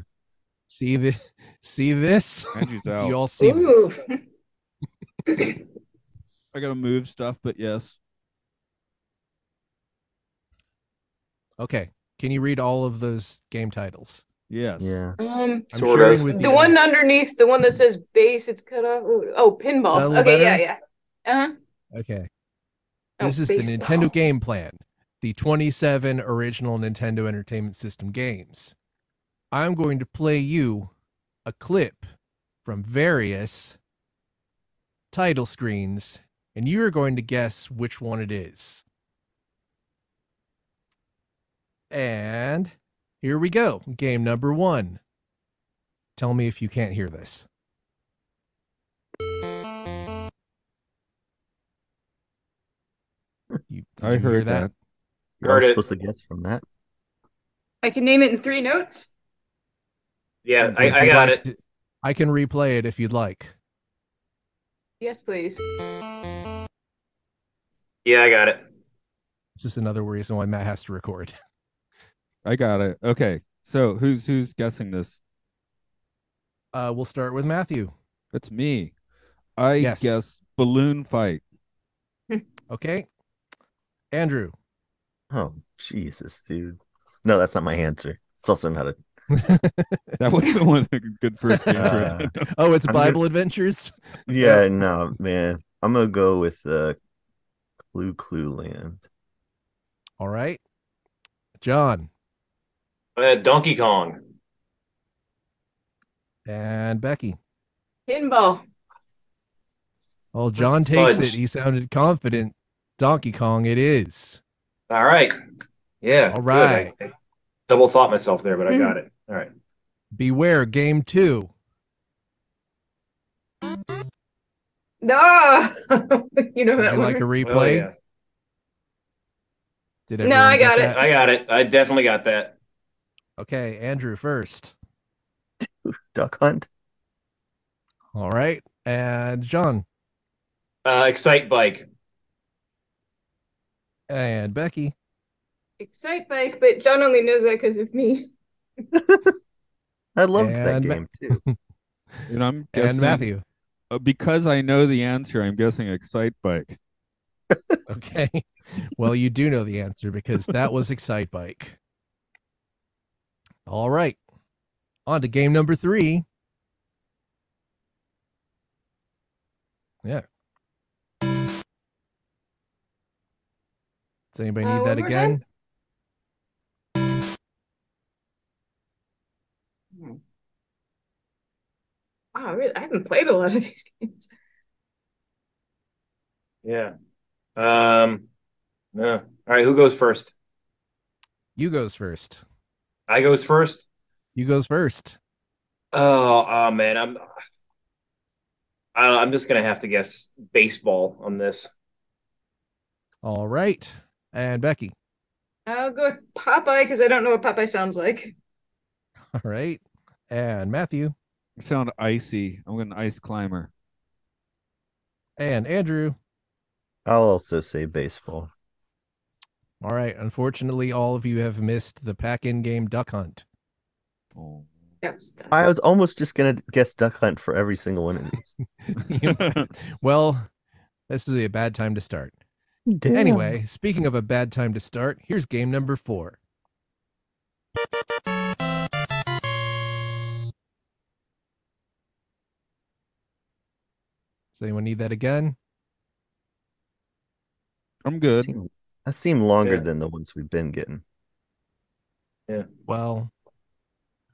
Speaker 2: See this? See this?
Speaker 3: Andrew's
Speaker 2: Do
Speaker 3: out.
Speaker 2: you all see this?
Speaker 4: Ooh.
Speaker 3: I gotta move stuff, but yes.
Speaker 2: Okay. Can you read all of those game titles?
Speaker 3: Yes.
Speaker 1: Yeah.
Speaker 6: Um,
Speaker 2: I'm
Speaker 5: Sort
Speaker 2: sharing
Speaker 5: of.
Speaker 2: with
Speaker 4: the
Speaker 2: you.
Speaker 4: one underneath, the one that says base, it's cut off. Ooh, Oh,
Speaker 2: That a
Speaker 4: pinball.
Speaker 2: little
Speaker 4: Okay, yeah,
Speaker 2: better?
Speaker 4: yeah. Uh huh.
Speaker 2: Okay.
Speaker 4: Oh,
Speaker 2: This is the
Speaker 4: baseball.
Speaker 2: Nintendo Game Plan, the 27 original Nintendo Entertainment System games. I'm going to play you a clip from various title screens, and you are going to guess which one it is. And here we go. Game number one. Tell me if you can't hear this. You, did
Speaker 3: I
Speaker 2: you hear
Speaker 3: heard
Speaker 1: I
Speaker 3: that.
Speaker 1: was
Speaker 5: Heard it.
Speaker 1: supposed to guess from that.
Speaker 6: I can name it in three notes.
Speaker 5: Yeah, I,
Speaker 2: Would
Speaker 5: I
Speaker 2: you
Speaker 5: got
Speaker 2: like
Speaker 5: it.
Speaker 2: to- I can replay it if you'd like.
Speaker 4: Yes, please.
Speaker 5: Yeah, I got it.
Speaker 2: This is another reason why Matt has to record.
Speaker 3: I got it. Okay. So who's who's guessing this?
Speaker 2: Uh, we'll start with Matthew.
Speaker 3: That's me. I
Speaker 2: Yes.
Speaker 3: guess balloon fight.
Speaker 2: Okay. Andrew.
Speaker 1: Oh Jesus, dude. No, that's not my answer. It's also not a.
Speaker 3: That was the one good first game.
Speaker 1: Uh,
Speaker 3: for it.
Speaker 2: Oh, it's
Speaker 1: I'm gonna-
Speaker 2: Bible Adventures.
Speaker 1: Yeah, no, man. I'm gonna go with uh, Clue Clue Land.
Speaker 2: All right. John
Speaker 5: Uh, Donkey Kong.
Speaker 2: and Becky.
Speaker 4: Pinball.
Speaker 2: Oh, John takes
Speaker 5: Fudge.
Speaker 2: it. He sounded confident. Donkey Kong, it is.
Speaker 5: All right. Yeah.
Speaker 2: All
Speaker 5: good. I-
Speaker 2: right. Mm-hmm.
Speaker 5: I double thought myself there, but I got it. All right.
Speaker 2: Beware, game two.
Speaker 4: Ah! you know
Speaker 2: Would
Speaker 4: that
Speaker 2: you
Speaker 4: one.
Speaker 2: like a replay?
Speaker 5: Oh, yeah.
Speaker 2: Did
Speaker 4: No,
Speaker 2: everyone
Speaker 4: I
Speaker 2: get
Speaker 4: got it.
Speaker 2: that?
Speaker 5: I got it. I definitely got that.
Speaker 2: Okay, Andrew first.
Speaker 1: Duck Hunt.
Speaker 2: All right. And John
Speaker 5: Uh, Excite Bike.
Speaker 2: and Becky.
Speaker 4: Excite bike, but John only knows that because of me.
Speaker 1: I loved that
Speaker 2: And Ma-
Speaker 1: game too.
Speaker 3: And I'm
Speaker 2: and
Speaker 3: guessing
Speaker 2: Matthew.
Speaker 3: uh, because I know the answer, I'm guessing Excite Bike.
Speaker 2: Okay. Well, you do know the answer because that was Excite Bike. All right. On to game number three. Yeah. Does anybody
Speaker 4: Uh,
Speaker 2: need
Speaker 4: one
Speaker 2: that
Speaker 4: more time?
Speaker 2: again?
Speaker 4: Wow, really? Ah, I haven't played a lot of these games.
Speaker 5: Yeah. Um. No. All right. Who goes first?
Speaker 2: You goes first.
Speaker 5: I goes first.
Speaker 2: You goes first.
Speaker 5: Oh, oh man, I'm. I, I'm just gonna have to guess baseball on this.
Speaker 2: All right. And Becky.
Speaker 4: I'll go with Popeye because I don't know what Popeye sounds like.
Speaker 2: All right. And Matthew.
Speaker 3: You sound icy. I'm an ice climber.
Speaker 2: And Andrew.
Speaker 1: I'll also say baseball.
Speaker 2: All right. Unfortunately, all of you have missed the pack in game duck hunt.
Speaker 3: Oh.
Speaker 4: That was dumb.
Speaker 1: I was almost just gonna guess Duck Hunt for every single one of these.
Speaker 2: You might- well, this is a bad time to start.
Speaker 1: Damn.
Speaker 2: Anyway, speaking of a bad time to start, here's game number four. Does anyone need that again?
Speaker 3: I'm
Speaker 1: That
Speaker 3: good.
Speaker 1: seemed, that seemed longer
Speaker 5: Yeah.
Speaker 1: than the ones we've been getting.
Speaker 2: Well,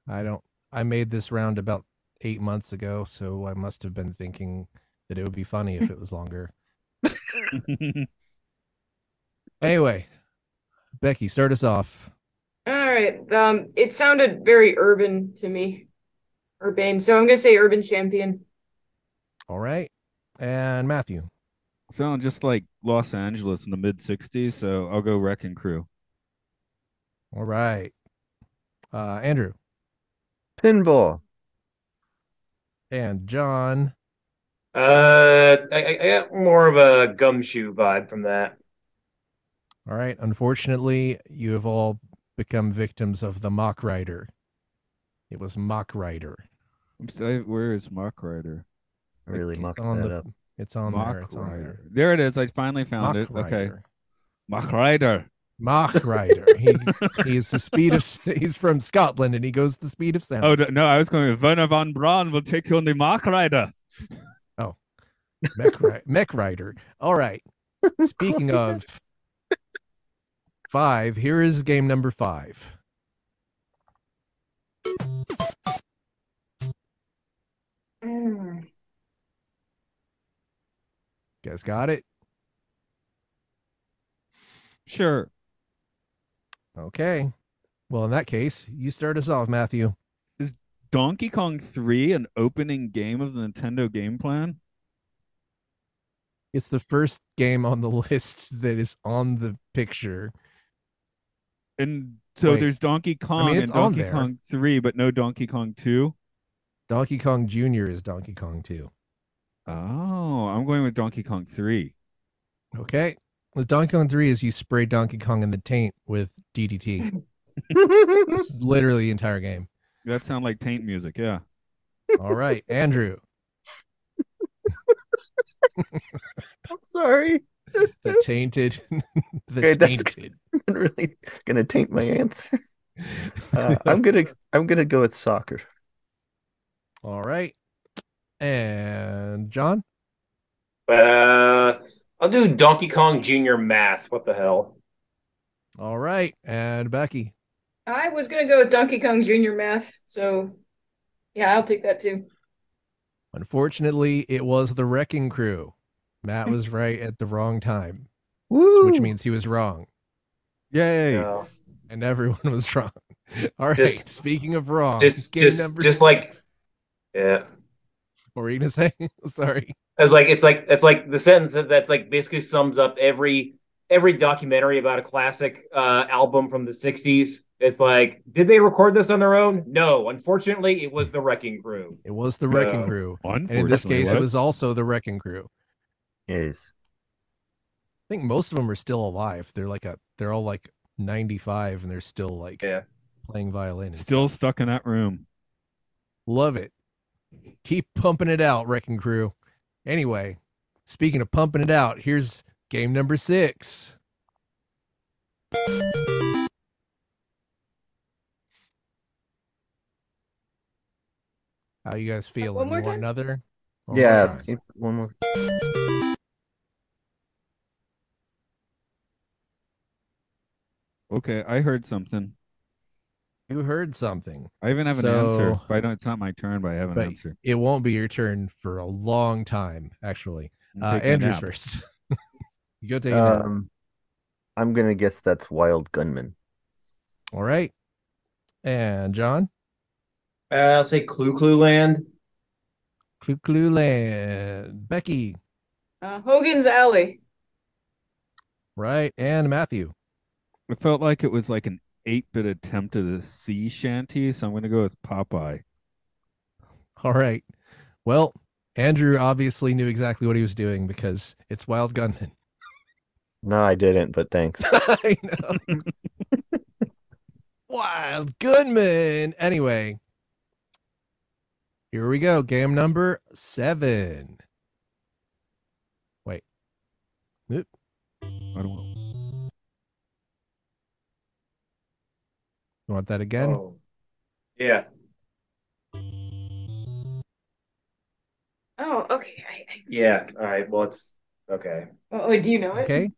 Speaker 2: I don't. I made this round about eight months ago, so I must have been thinking that it would be funny if it was longer. Anyway, Becky, start us off.
Speaker 4: All right. Um, it sounded very urban to me. Urbane. So I'm gonna say urban champion.
Speaker 2: All right. And Matthew.
Speaker 3: Sound just like Los Angeles in the mid '60s. So I'll go Wrecking Crew.
Speaker 2: All right. Uh, Andrew.
Speaker 1: Pinball.
Speaker 2: And John,
Speaker 5: Uh, I, I I got more of a gumshoe vibe from that.
Speaker 2: all right. Unfortunately, you have all become victims of the mock rider. It was mock rider.
Speaker 3: I'm sorry, where is Mark Rider?
Speaker 1: Really
Speaker 2: It's
Speaker 1: mocking
Speaker 2: on
Speaker 1: that
Speaker 2: the-
Speaker 1: up.
Speaker 2: It's on
Speaker 3: Mock
Speaker 2: there. It's on
Speaker 3: Rider.
Speaker 2: there.
Speaker 3: There it is. I finally found it. Okay. Mark Rider.
Speaker 2: Mach Rider. He he is the speed of he's from Scotland and he goes the speed of sound.
Speaker 3: Oh no, no, I was going. Werner von Braun will take you on the Mark Rider.
Speaker 2: Mech, ri- Mech Rider. All right. Speaking of five, here is game number five.
Speaker 4: Mm.
Speaker 2: You guys got it?
Speaker 3: Sure.
Speaker 2: Okay. Well, in that case, you start us off, Matthew.
Speaker 3: Donkey Kong 3, an opening game of the Nintendo game plan.
Speaker 2: It's the first game on the list that is on the picture.
Speaker 3: And so
Speaker 2: Wait.
Speaker 3: there's Donkey Kong
Speaker 2: it's
Speaker 3: and
Speaker 2: on
Speaker 3: Donkey
Speaker 2: there.
Speaker 3: Kong 3, but no Donkey Kong 2.
Speaker 2: Donkey Kong Jr. is Donkey Kong 2.
Speaker 3: Oh, I'm going with Donkey Kong 3.
Speaker 2: Okay. With Donkey Kong 3 is you spray Donkey Kong in the taint with DDT. It's literally the entire game.
Speaker 3: That sound like taint music, yeah.
Speaker 2: All right, Andrew.
Speaker 1: I'm sorry.
Speaker 2: The tainted. the
Speaker 1: Okay, that's
Speaker 2: tainted.
Speaker 1: I'm really gonna taint my answer. Uh, I'm gonna I'm gonna go with soccer.
Speaker 2: All right. And John,
Speaker 5: Uh, I'll do Donkey Kong Junior math. What the hell?
Speaker 2: all right. And Becky,
Speaker 6: I was gonna go with Donkey Kong Jr. math, so yeah, I'll take that too.
Speaker 2: unfortunately, it was the Wrecking Crew. Matt was right at the wrong time,
Speaker 1: Woo!
Speaker 2: which means he was wrong,
Speaker 3: Yay.
Speaker 5: No.
Speaker 2: and everyone was wrong. All right.
Speaker 5: Just-
Speaker 2: Speaking of wrong,
Speaker 5: Just,
Speaker 2: game
Speaker 5: just,
Speaker 2: number
Speaker 5: just like, yeah.
Speaker 2: what were you gonna say? Sorry.
Speaker 5: It's like it's like it's like the sentence that- that's like basically sums up every every documentary about a classic uh, album from the '60s. It's like, did they record this on their own? No, unfortunately, it was the Wrecking Crew.
Speaker 2: It was the Wrecking
Speaker 5: No.
Speaker 2: Crew, and
Speaker 3: Unfortunately,
Speaker 2: in this case,
Speaker 3: what?
Speaker 2: it was also the Wrecking Crew.
Speaker 1: Yes.
Speaker 2: I think most of them are still alive. They're like a, they're all like 95, and they're still like
Speaker 5: Yeah.
Speaker 2: playing violin. and
Speaker 3: still stuck in that room.
Speaker 2: Love it. Keep pumping it out, Wrecking Crew. Anyway, speaking of pumping it out, here's game number six. How you guys feeling?
Speaker 6: one more
Speaker 2: You want
Speaker 6: time?
Speaker 2: another? Oh One more
Speaker 1: yeah.
Speaker 2: time.
Speaker 1: keep- One more.
Speaker 3: Okay, I heard something.
Speaker 2: You heard something.
Speaker 3: I even have an
Speaker 2: So-
Speaker 3: answer. But I don't it's not my turn, but I have an
Speaker 2: But
Speaker 3: answer.
Speaker 2: it won't be your turn for a long time, actually.
Speaker 3: I'm
Speaker 2: Uh,
Speaker 3: taking a
Speaker 2: Andrew's
Speaker 3: nap. Uh,
Speaker 2: first. you go take it.
Speaker 1: Um, I'm gonna guess that's Wild Gunman.
Speaker 2: All right. And John?
Speaker 5: Uh, I'll say Clue Clue Land.
Speaker 2: Clue Clue Land. Becky,
Speaker 6: Uh, Hogan's Alley.
Speaker 2: right? And Matthew.
Speaker 3: It felt like it was like an eight bit attempt at a sea shanty, so I'm gonna go with Popeye.
Speaker 2: All right. Well, Andrew obviously knew exactly what he was doing because it's Wild Gunman.
Speaker 1: No, I didn't. But thanks.
Speaker 2: I know. Wild Gunman. Anyway, here we go. Game number seven. Wait. Oop.
Speaker 3: I don't want
Speaker 2: You want that again?
Speaker 5: Oh. Yeah.
Speaker 6: Oh, okay. I, I,
Speaker 5: Yeah. All right. Well, it's okay.
Speaker 6: oh, oh, do you know it?
Speaker 2: Okay.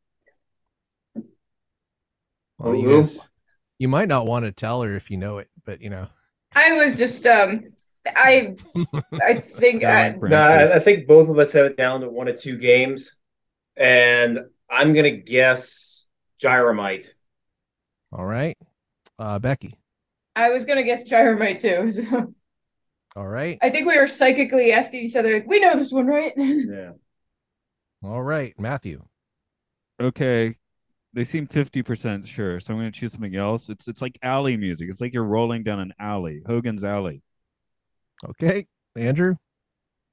Speaker 2: Well, you,
Speaker 5: Hello?
Speaker 2: guys- you might not want to tell her if you know it, but you know.
Speaker 6: I was just um, I I think
Speaker 3: Caroline
Speaker 6: I,
Speaker 5: No,
Speaker 3: Francis.
Speaker 5: I, I think both of us have it down to one of two games, and I'm gonna guess Gyromite.
Speaker 2: All right. Uh, Becky.
Speaker 6: I was gonna guess Gyromite too. So
Speaker 2: All right.
Speaker 6: I think we were psychically asking each other, like, we know this one, right?
Speaker 5: Yeah.
Speaker 2: All right. Matthew.
Speaker 3: okay, they seem fifty percent sure, so I'm gonna choose something else. It's it's like alley music. It's like you're rolling down an alley, Hogan's Alley.
Speaker 2: Okay, Andrew.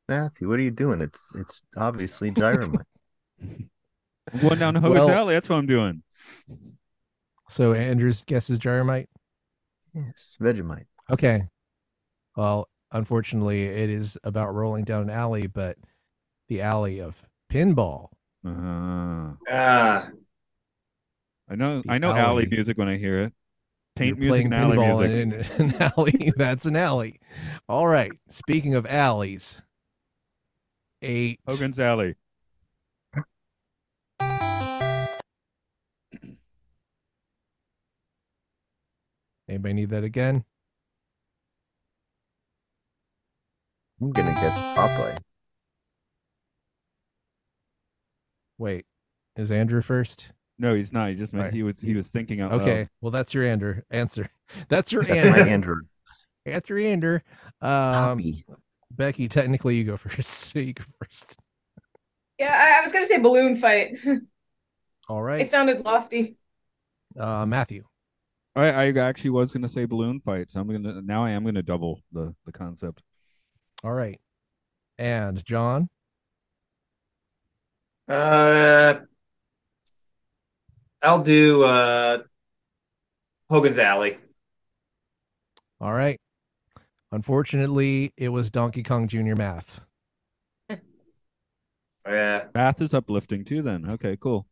Speaker 1: Matthew, what are you doing? It's it's obviously Gyromite.
Speaker 3: I'm going down to Hogan's
Speaker 2: Well-
Speaker 3: Alley. That's what I'm doing.
Speaker 2: So Andrew's guess is gyromite.
Speaker 1: yes, Vegemite.
Speaker 2: Okay. Well, unfortunately, it is about rolling down an alley, but the alley of pinball.
Speaker 3: Uh,
Speaker 5: Ah,
Speaker 3: I know.
Speaker 2: The
Speaker 3: I know alley.
Speaker 2: alley.
Speaker 3: music when I hear it. Taint
Speaker 2: You're
Speaker 3: music and alley music.
Speaker 2: in an alley. That's an alley. All right. Speaking of alleys, eight.
Speaker 3: Hogan's Alley.
Speaker 2: Anybody need that again?
Speaker 1: I'm gonna guess Popeye.
Speaker 2: Wait, is Andrew first?
Speaker 3: No, he's not. He just meant
Speaker 2: Right.
Speaker 3: he was. He was thinking out. loud.
Speaker 2: Okay. Well, that's your Andrew answer. That's your
Speaker 1: That's my
Speaker 2: answer.
Speaker 1: Andrew.
Speaker 2: That's your Andrew. Um,
Speaker 1: Poppy.
Speaker 2: Becky, technically, you go first. So you go first.
Speaker 6: Yeah, I, I was gonna say balloon fight.
Speaker 2: All right.
Speaker 6: It sounded lofty.
Speaker 2: uh, Matthew.
Speaker 3: I, I actually was gonna say balloon fight, so I'm gonna now I am gonna double the the concept.
Speaker 2: All right. And John.
Speaker 5: uh, I'll do uh, Hogan's Alley.
Speaker 2: All right. Unfortunately, it was Donkey Kong Jr. math.
Speaker 5: Yeah,
Speaker 3: Math is uplifting too. Then okay, cool.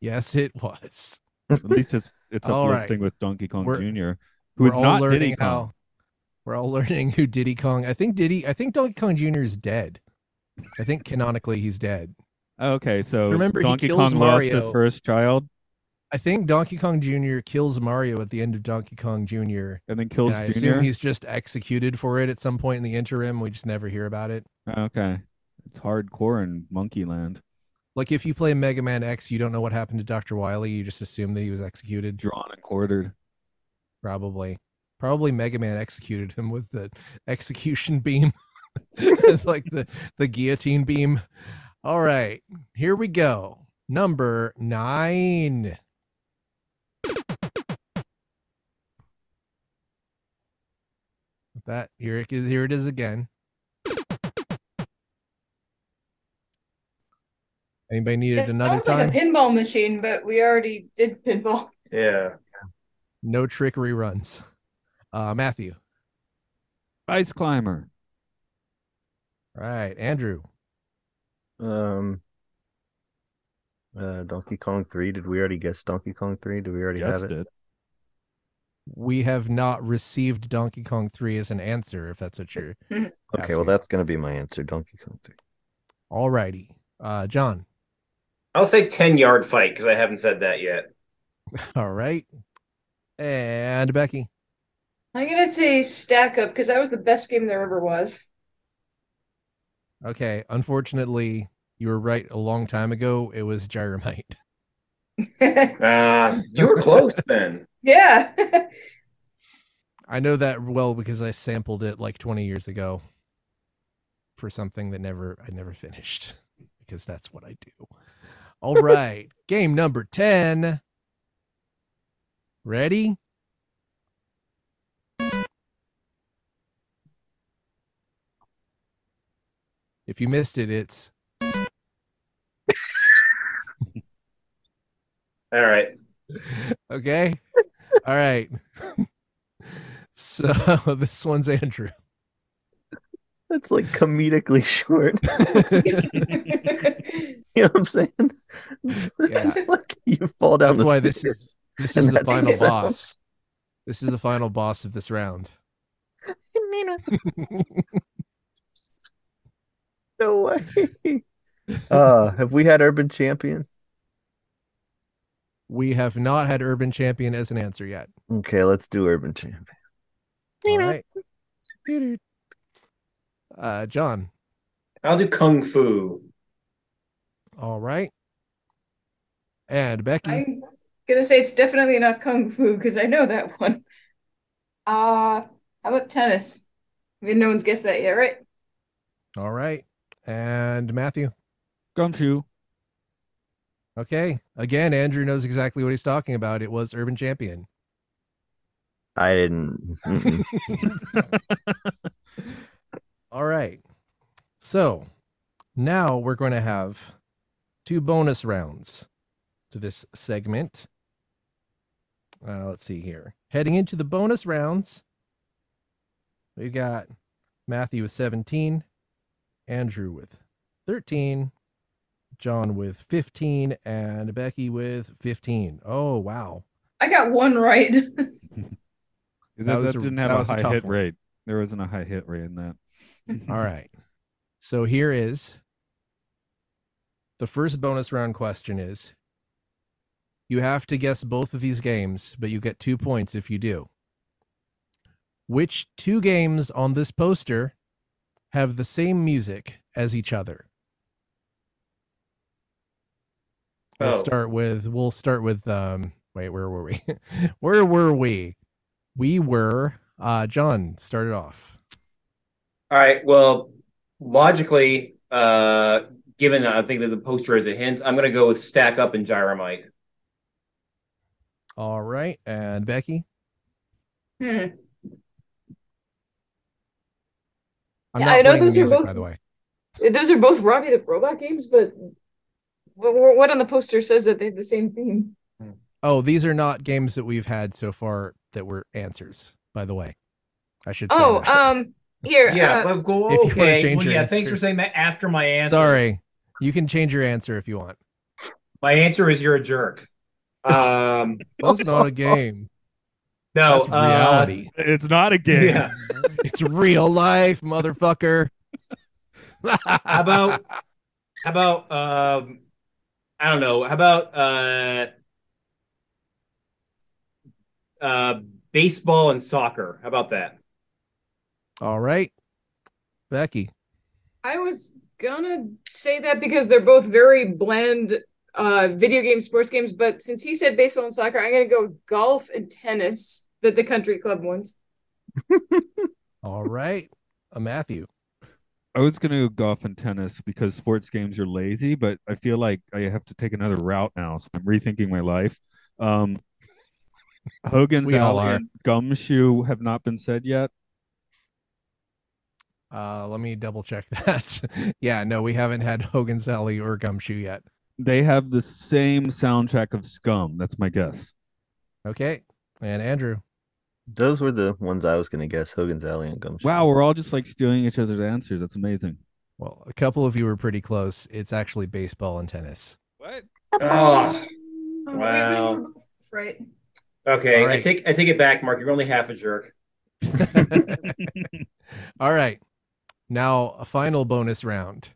Speaker 2: Yes, it was.
Speaker 3: At least it's it's
Speaker 2: All right.
Speaker 3: uplifting with Donkey Kong
Speaker 2: We're-
Speaker 3: Jr., who is not Diddy Kong.
Speaker 2: how we're all learning who Diddy Kong. I think Diddy. I think Donkey Kong Jr. is dead. I think canonically he's dead.
Speaker 3: Oh, Okay, so
Speaker 2: Remember, he
Speaker 3: Donkey
Speaker 2: kills
Speaker 3: Kong lost
Speaker 2: Mario.
Speaker 3: his first child
Speaker 2: I think Donkey Kong Jr. kills Mario at the end of Donkey Kong Jr.
Speaker 3: and then
Speaker 2: And
Speaker 3: kills
Speaker 2: I
Speaker 3: Junior.
Speaker 2: assume he's just executed for it at some point in the interim. We just never hear about it.
Speaker 3: Okay, it's hardcore in Monkey Land.
Speaker 2: Like if you play Mega Man X, you don't know what happened to Dr. Wily. You just assume that he was executed.
Speaker 3: Drawn and quartered.
Speaker 2: Probably. Probably Mega Man executed him with the execution beam. it's like the, the guillotine beam. All right. Here we go. Number nine. That here it is here it is again. Anybody needed
Speaker 6: It
Speaker 2: another
Speaker 6: sounds
Speaker 2: time?
Speaker 6: like a pinball machine, but we already did pinball.
Speaker 5: yeah.
Speaker 2: no trickery runs. Uh Matthew.
Speaker 3: Ice climber.
Speaker 2: All right, Andrew.
Speaker 1: Um uh Donkey Kong 3. Did we already guess Donkey Kong 3? Do we already have
Speaker 3: Guessed
Speaker 1: it?
Speaker 3: it.
Speaker 2: we have not received Donkey Kong 3 as an answer, if that's what you're
Speaker 1: Okay, well that's gonna be my answer, Donkey Kong 3.
Speaker 2: alrighty. Uh John.
Speaker 5: I'll say 10 yard fight because I haven't said that yet.
Speaker 2: All right. And Becky.
Speaker 6: I'm gonna say stack up because that was the best game there ever was.
Speaker 2: Okay. Unfortunately, you were right a long time ago. It was Gyromite.
Speaker 5: Uh, you were close then.
Speaker 6: yeah.
Speaker 2: I know that well because I sampled it like 20 years ago for something that never I never finished because that's what I do. All right. Game number 10. Ready? If you missed it, it's
Speaker 5: All right.
Speaker 2: okay. All right. So this one's Andrew.
Speaker 1: That's like comedically short.
Speaker 6: That's
Speaker 1: You know what I'm saying? It's, it's like you fall down
Speaker 2: That's
Speaker 1: the
Speaker 2: why this
Speaker 1: stairs.
Speaker 2: is- This
Speaker 1: And
Speaker 2: is the
Speaker 1: that's
Speaker 2: final
Speaker 1: it.
Speaker 2: boss. This is the final boss of this round.
Speaker 1: Nina. no way. Uh, have we had Urban Champion?
Speaker 2: We have not had Urban Champion as an answer yet.
Speaker 1: Okay, let's do Urban Champion.
Speaker 2: All right. Uh, John.
Speaker 5: I'll do Kung Fu.
Speaker 2: All right. And Becky.
Speaker 7: Mm.
Speaker 6: I'm gonna say it's definitely not kung fu because I know that one. Uh how about tennis? I mean, no one's guessed that yet, right?
Speaker 2: All right. And Matthew.
Speaker 3: Gumshoe.
Speaker 2: Okay. Again, Andrew knows exactly what he's talking about. It was Urban Champion.
Speaker 1: I didn't. mm-mm.
Speaker 2: So now we're going to have two bonus rounds to this segment. Uh, let's see here. Heading into the bonus rounds, we've got Matthew with 17, Andrew with 13, John with 15, and Becky with 15. Oh, wow.
Speaker 6: I got one right.
Speaker 3: That,
Speaker 2: was
Speaker 3: that
Speaker 2: a-
Speaker 3: didn't
Speaker 2: that
Speaker 3: have
Speaker 2: was a
Speaker 3: a high
Speaker 2: tough
Speaker 3: hit
Speaker 2: one.
Speaker 3: rate. There wasn't a high hit rate in that.
Speaker 2: All right. So here is the first bonus round question is you have to guess both of these games, but you get 2 points if you do. Which two games on this poster have the same music as each other? We'll
Speaker 5: Oh.
Speaker 2: start with we'll start with um wait, where were we? where were we? We were uh John started off.
Speaker 5: All right. Well, logically, uh, given I think that the poster is a hint, I'm going to go with Stack Up and Gyromite.
Speaker 2: All right. And Becky?
Speaker 4: Hmm.
Speaker 2: I'm
Speaker 4: Yeah,
Speaker 2: not
Speaker 4: I know
Speaker 2: playing the
Speaker 4: those are
Speaker 2: music,
Speaker 4: both-
Speaker 2: by the way.
Speaker 4: Those are both Robbie the Robot games, but what, what on the poster says that they have the same theme?
Speaker 2: Oh, these are not games that we've had so far that were answers, by the way. I should say
Speaker 4: Oh,
Speaker 2: that.
Speaker 4: um, here.
Speaker 7: Yeah,
Speaker 4: uh,
Speaker 7: but go
Speaker 2: if you wanna
Speaker 7: okay.
Speaker 2: change
Speaker 7: Well,
Speaker 2: your
Speaker 7: yeah, thanks
Speaker 2: answer.
Speaker 7: for saying that after my answer.
Speaker 2: sorry. You can change your answer if you want.
Speaker 7: My answer is you're a jerk. Um
Speaker 2: That's not a game.
Speaker 7: no
Speaker 2: That's
Speaker 7: uh,
Speaker 2: reality.
Speaker 3: It's not a game.
Speaker 7: Yeah.
Speaker 2: it's real life, motherfucker.
Speaker 7: How about how about um I don't know, how about uh uh baseball and soccer? How about that?
Speaker 2: All right. Becky.
Speaker 4: I was gonna say that because they're both very bland uh video game sports games, but since he said baseball and soccer, I'm gonna go golf and tennis, the, the country club ones.
Speaker 2: All right. Uh, Matthew.
Speaker 3: I was gonna go golf and tennis because sports games are lazy, but I feel like I have to take another route now, so I'm rethinking my life. Um, Hogan's
Speaker 2: We all
Speaker 3: Alley
Speaker 2: are.
Speaker 3: and Gumshoe have not been said yet.
Speaker 2: Uh, let me double check that. yeah, no, we haven't had Hogan's Alley or Gumshoe yet.
Speaker 3: They have the same soundtrack of Scum. That's my guess.
Speaker 2: Okay. And Andrew.
Speaker 1: Those were the ones I was gonna guess. Hogan's Alley and Gumshoe.
Speaker 3: Wow, we're all just like stealing each other's answers. That's amazing.
Speaker 2: Well, a couple of you were pretty close. It's actually baseball and tennis.
Speaker 3: What?
Speaker 5: Oh,
Speaker 6: Oh, wait,
Speaker 5: Wow.
Speaker 6: we were both Right.
Speaker 5: okay.
Speaker 2: All right.
Speaker 5: I take I take it back, Mark. You're only half a jerk.
Speaker 2: All right. Now, a final bonus round.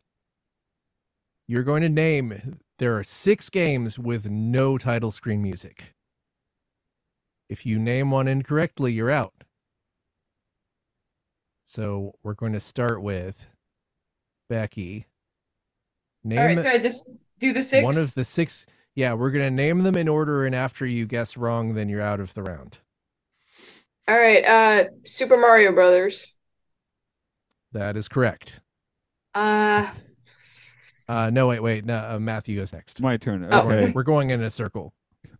Speaker 2: You're going to name there are 6 games with no title screen music. If you name one incorrectly, you're out. So, we're going to start with Becky. Name
Speaker 6: All right. So I just do the six.
Speaker 2: one of the 6 Yeah, we're going to name them in order and after you guess wrong, then you're out of the round.
Speaker 4: All right, uh Super Mario Brothers.
Speaker 2: That is correct.
Speaker 4: Uh
Speaker 2: Uh, no, wait, wait. No, uh, Matthew goes next.
Speaker 3: It's my turn.
Speaker 4: Oh.
Speaker 3: Okay.
Speaker 2: We're going in a circle.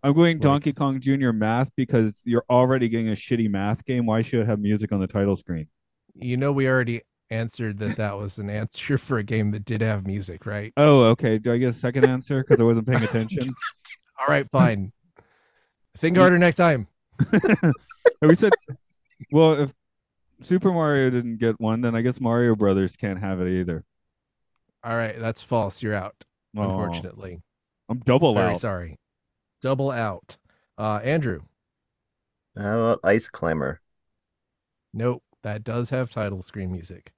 Speaker 3: I'm going
Speaker 2: Right.
Speaker 3: Donkey Kong Jr. math because you're already getting a shitty math game. Why should it have music on the title screen?
Speaker 2: You know, we already answered that that was an answer for a game that did have music, right?
Speaker 3: Oh, okay. Do I get a second answer? Because I wasn't paying attention.
Speaker 2: All right, fine. Think harder next time.
Speaker 3: And we said, well, if Super Mario didn't get one, then I guess Mario Brothers can't have it either.
Speaker 2: All right, that's false. You're out,
Speaker 3: Aw,
Speaker 2: unfortunately.
Speaker 3: I'm Oh. double
Speaker 2: Very
Speaker 3: out.
Speaker 2: sorry. Double out. Uh, Andrew,
Speaker 1: How about Ice Climber?
Speaker 2: nope, that does have title screen music.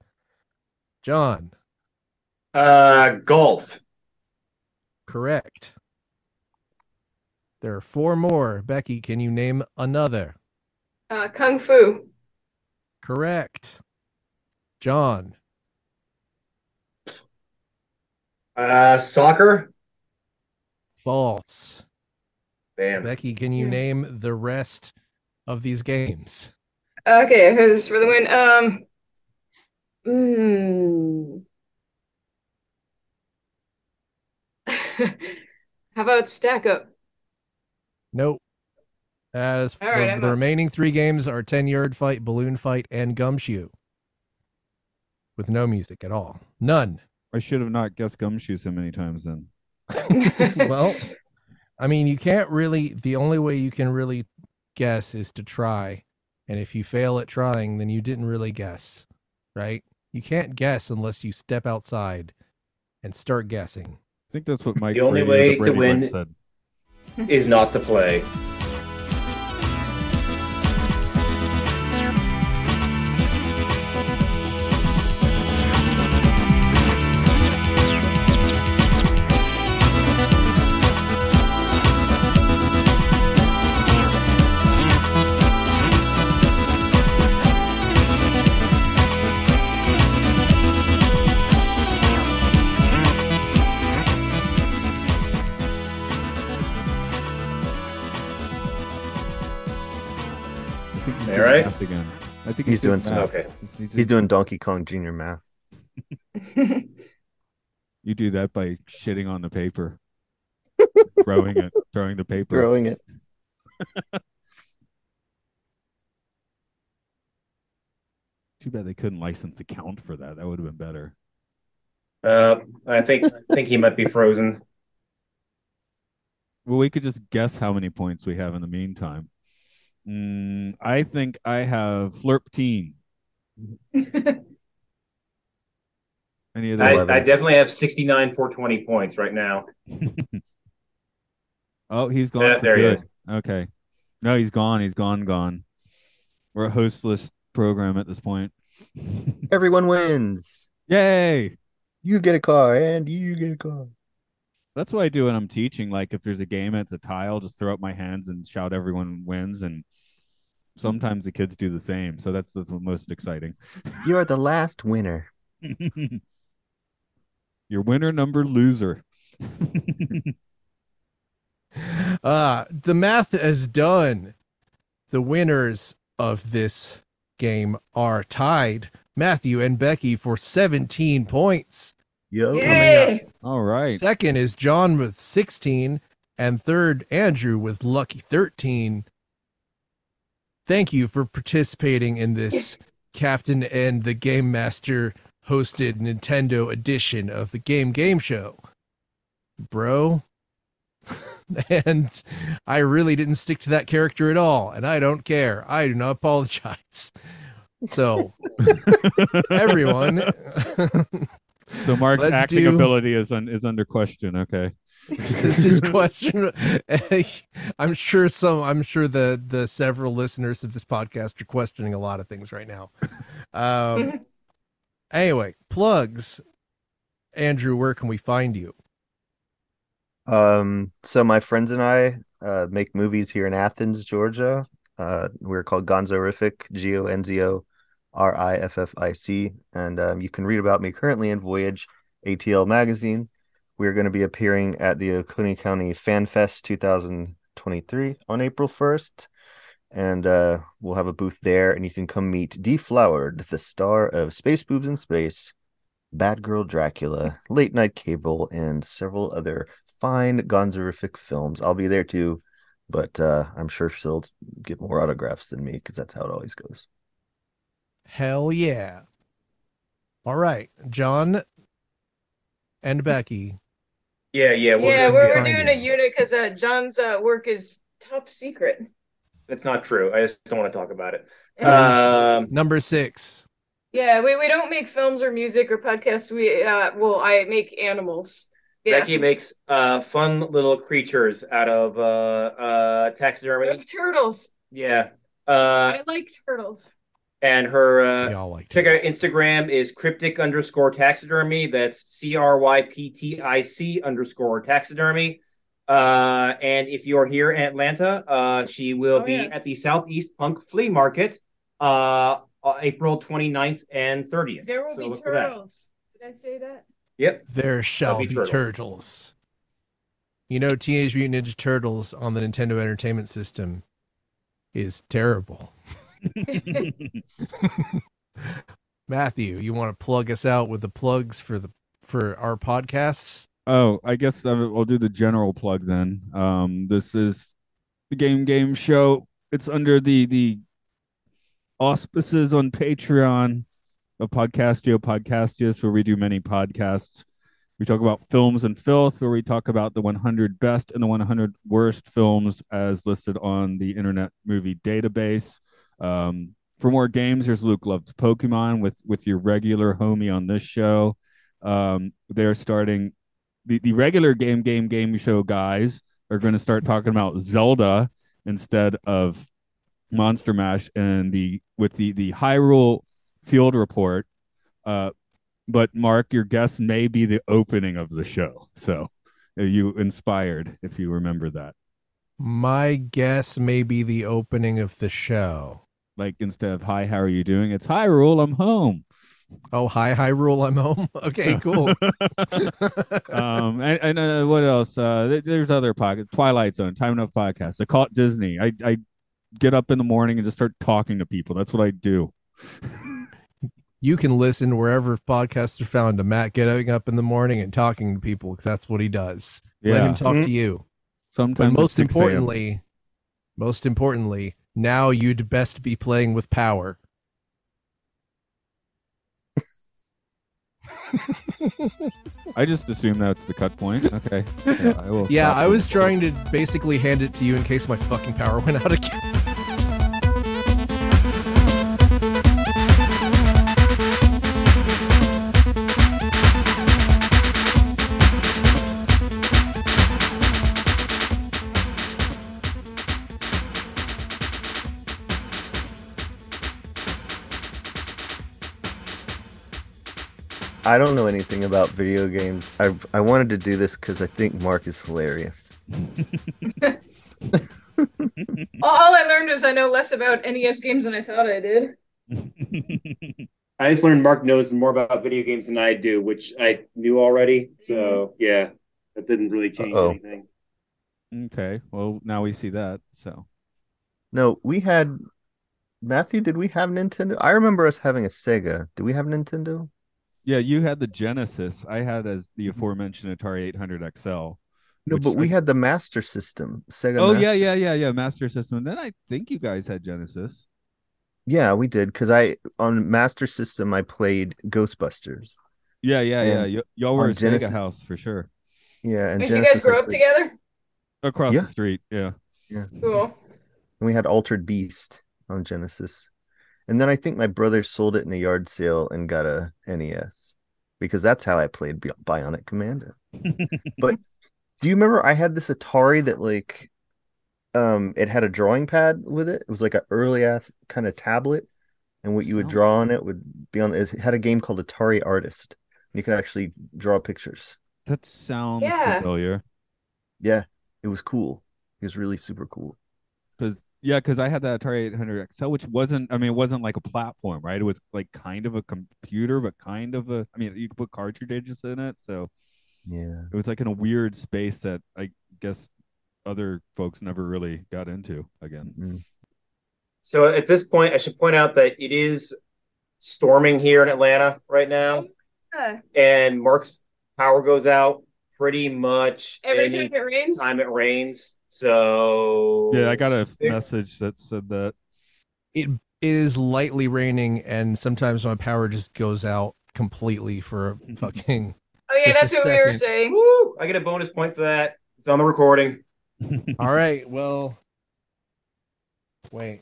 Speaker 2: John,
Speaker 5: Uh, golf.
Speaker 2: correct. There are four more. Becky, can you name another?
Speaker 4: uh Kung Fu.
Speaker 2: Correct. John,
Speaker 5: Uh, soccer.
Speaker 2: false.
Speaker 5: Damn.
Speaker 2: Becky, can you
Speaker 4: Yeah.
Speaker 2: name the rest of these games?
Speaker 4: Okay, this is for the win. Um
Speaker 6: hmm.
Speaker 4: mm. How about stack up?
Speaker 2: Nope. As
Speaker 4: All right,
Speaker 2: the-
Speaker 4: I'm
Speaker 2: the
Speaker 4: up.
Speaker 2: remaining three games are 10 yard fight, balloon fight, and gumshoe. with no music at all. None.
Speaker 3: I should have not guessed gumshoe so many times then.
Speaker 2: well, I mean, you can't really. The only way you can really guess is to try, and if you fail at trying, then you didn't really guess, right? You can't guess unless you step outside and start guessing.
Speaker 3: I think that's what Mike.
Speaker 5: The
Speaker 3: Brady
Speaker 5: only
Speaker 3: of
Speaker 5: way to
Speaker 3: Brady Bunch
Speaker 5: win-
Speaker 3: said.
Speaker 5: is not to play.
Speaker 3: I think he's
Speaker 5: All
Speaker 3: doing
Speaker 5: right.
Speaker 3: math again. I think
Speaker 1: He's doing some-
Speaker 3: math.
Speaker 5: Okay.
Speaker 1: He's doing Donkey Kong Junior math.
Speaker 3: You do that by shitting on the paper, throwing it, throwing the paper.
Speaker 1: Growing it.
Speaker 3: Too bad they couldn't license the count for that. That would have been better.
Speaker 5: Uh, I think I think he might be frozen.
Speaker 3: Well, we could just guess how many points we have in the meantime. Mm, I think I have flirteen. Any of the
Speaker 5: I,
Speaker 1: Eleven.
Speaker 5: I definitely have 69 420 points right now.
Speaker 3: oh, he's gone.
Speaker 5: Yeah,
Speaker 3: for
Speaker 5: there he
Speaker 3: good.
Speaker 5: is.
Speaker 3: Okay. No, he's gone. He's gone. Gone. We're a hostless program at this point.
Speaker 1: Everyone wins.
Speaker 3: Yay!
Speaker 1: You get a car, and you get a car.
Speaker 3: That's what I do when I'm teaching. Like, if there's a game and it's a tie, I'll just throw up my hands and shout, "Everyone wins!" And sometimes the kids do the same. So that's that's the most exciting.
Speaker 1: You are the last winner.
Speaker 3: Your winner number loser.
Speaker 2: Uh, the math is done. The winners of this game are tied Matthew and Becky for 17 points.
Speaker 1: Yo.
Speaker 6: Yay!
Speaker 3: All right.
Speaker 2: Second is John with 16, and third, Andrew with lucky 13. Thank you for participating in this Captain and the Game Master hosted Nintendo edition of the Game Game Show. Bro. and I really didn't stick to that character at all, and I don't care. I do not apologize. So, everyone.
Speaker 3: So Mark's
Speaker 2: Let's
Speaker 3: acting
Speaker 2: do-
Speaker 3: ability is un- is under question. Okay.
Speaker 2: this is question i'm sure some i'm sure the the several listeners of this podcast are questioning a lot of things right now
Speaker 4: Mm-hmm.
Speaker 2: um anyway plugs andrew where can we find you
Speaker 1: Um, so my friends and I uh, make movies here in Athens, Georgia. Uh, we're called Gonzorific, G O N Z O R I F F I C, and um, you can read about me currently in Voyage ATL magazine. We are going to be appearing at the Oconee County Fan Fest 2023 on April 1st, and uh, we'll have a booth there, and you can come meet Deflowered, the star of Space Boobs in Space, Bad Girl Dracula, Late Night Cable, and several other fine gonzerific films. I'll be there too, but uh, I'm sure she'll get more autographs than me because that's how it always goes.
Speaker 2: hell yeah all right john and becky
Speaker 5: Yeah, yeah. We're
Speaker 6: yeah,
Speaker 5: good.
Speaker 6: we're, we're
Speaker 2: find
Speaker 6: doing
Speaker 2: you.
Speaker 6: a unit because uh, John's uh, work is top secret.
Speaker 5: It's not true. I just don't want to talk about it.
Speaker 6: Uh,
Speaker 5: Um,
Speaker 2: number six
Speaker 6: Yeah, we, we don't make films or music or podcasts. We uh, well, I make animals. Yeah,
Speaker 5: Becky makes uh, fun little creatures out of uh, uh, taxidermy.
Speaker 6: turtles.
Speaker 5: Yeah. Uh,
Speaker 6: I like turtles.
Speaker 5: and her uh,
Speaker 2: y'all like
Speaker 5: check out Instagram is cryptic underscore taxidermy. That's C R Y P T I C underscore taxidermy. Uh, and if you're here in Atlanta, uh, she will
Speaker 6: Oh,
Speaker 5: be
Speaker 6: yeah.
Speaker 5: at the Southeast Punk Flea Market uh, uh, April 29th and 30th.
Speaker 6: There will
Speaker 5: So
Speaker 6: be
Speaker 5: look for that.
Speaker 6: turtles. Did I say that?
Speaker 2: There shall
Speaker 5: be
Speaker 2: be
Speaker 5: turtles.
Speaker 2: turtles. You know, Teenage Mutant Ninja Turtles on the Nintendo Entertainment System is terrible. Matthew, you want to plug us out with the plugs for the for our podcasts?
Speaker 3: Oh, I guess I- I'll do the general plug then. Um, this is the Game Game Show. It's under the the auspices on Patreon of Podcastio Podcastius, where we do many podcasts. We talk about films and filth, where we talk about the 100 best and the 100 worst films as listed on the Internet Movie Database. Um, for more games, here's Luke Loves Pokemon with with your regular homie on this show. Um, they're starting the, the regular game game game show guys are going to start talking about Zelda instead of Monster Mash and the with the the Hyrule Field Report. Uh, but Mark, your guess may be the opening of the show. So uh, you inspired if you remember that.
Speaker 2: My guess may be the opening of the show.
Speaker 3: Like instead of hi, how are you doing? It's hi, Rule, I'm home.
Speaker 2: Oh, hi, hi, rule. I'm home. Okay, cool.
Speaker 3: um, and, and uh, what else? Uh, there- there's other pockets. Twilight Zone, Time Enough podcast. I call it Disney. I I get up in the morning and just start talking to people. That's what I do.
Speaker 2: you can listen wherever podcasts are found to Matt getting up in the morning and talking to people because that's what he does. Let him talk to you.
Speaker 3: Sometimes
Speaker 2: But
Speaker 3: it's
Speaker 2: most
Speaker 3: 6 a.m.
Speaker 2: importantly, most importantly, now you'd best be playing with power.
Speaker 3: I just assume that's the cut point. Okay. Yeah, I, will
Speaker 2: Yeah,
Speaker 3: stop
Speaker 2: I
Speaker 3: you.
Speaker 2: was trying to basically hand it to you in case my fucking power went out again.
Speaker 1: I don't know anything about video games. I I wanted to do this because I think Mark is hilarious.
Speaker 5: Mm-hmm.
Speaker 4: All I learned is I know less about NES games than I thought I did.
Speaker 5: I just learned Mark knows more about video games than I do, which I knew
Speaker 6: Mm-hmm.
Speaker 5: already. So yeah, that didn't really change
Speaker 1: Uh-oh.
Speaker 5: anything.
Speaker 3: Okay. Well, now we see that. So
Speaker 1: No, we had Matthew. Did we have Nintendo? I remember us having a Sega. Did we have Nintendo?
Speaker 3: yeah, you had the Genesis. I had as the aforementioned Atari 800 XL.
Speaker 1: No,
Speaker 3: Which
Speaker 1: but we
Speaker 3: I-
Speaker 1: had the Master System. Sega.
Speaker 3: Oh yeah,
Speaker 1: Master-
Speaker 3: yeah, yeah, yeah. Master System. And then I think you guys had Genesis.
Speaker 1: yeah. We did because I on Master System I played Ghostbusters.
Speaker 3: Yeah, yeah, yeah.
Speaker 1: And
Speaker 3: Y- y'all were
Speaker 1: on
Speaker 3: a Sega
Speaker 1: Genesis-
Speaker 3: house for sure.
Speaker 1: Yeah, and
Speaker 4: Did you guys
Speaker 1: Genesis I
Speaker 4: grow up
Speaker 1: played-
Speaker 4: together?
Speaker 3: Across
Speaker 1: Yeah.
Speaker 3: the street. Yeah.
Speaker 4: Cool.
Speaker 1: and we had Altered Beast on Genesis. And then I think my brother sold it in a yard sale and got a NES because that's how I played Bi- Bionic Commando. but do you remember I had this Atari that like um it had a drawing pad with it. It was like an early ass kind of tablet and what you would
Speaker 3: Sounds-
Speaker 1: draw on it would be on it had a game called Atari Artist. And you could actually draw pictures.
Speaker 3: That sounds
Speaker 4: Yeah.
Speaker 3: familiar.
Speaker 1: Yeah, it was cool. It was really super cool.
Speaker 3: Because yeah, because I had that Atari 800 XL, which wasn't. I mean, it wasn't like a platform, right? It was like kind of a computer, but kind of a. I mean, you could put cartridges in it, so
Speaker 1: Yeah.
Speaker 3: it was like in a weird space that I guess other folks never really got into again.
Speaker 1: Mm.
Speaker 5: So at this point, I should point out that it is storming here in Atlanta right now,
Speaker 4: Yeah.
Speaker 5: and Mark's power goes out pretty much
Speaker 4: Every
Speaker 5: any
Speaker 4: time it rains.
Speaker 5: time it rains. So
Speaker 3: Yeah, I got a
Speaker 5: Yeah.
Speaker 3: message that said that.
Speaker 2: It it is lightly raining, and sometimes my power just goes out completely for a fucking.
Speaker 4: Oh yeah,
Speaker 2: Just a
Speaker 4: that's what we were
Speaker 2: second.
Speaker 4: saying.
Speaker 5: Woo! I get a bonus point for that. It's on the recording.
Speaker 2: All right, well, wait.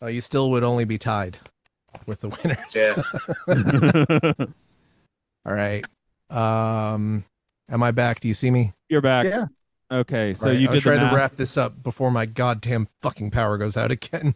Speaker 2: Oh, you still would only be tied with the winners.
Speaker 5: Yeah.
Speaker 2: All right. Um, am I back? Do you see me?
Speaker 3: You're back.
Speaker 1: Yeah.
Speaker 3: Okay, so
Speaker 2: All right,
Speaker 3: you
Speaker 2: I'm
Speaker 3: did the
Speaker 2: trying to
Speaker 3: math.
Speaker 2: wrap this up before my goddamn fucking power goes out again.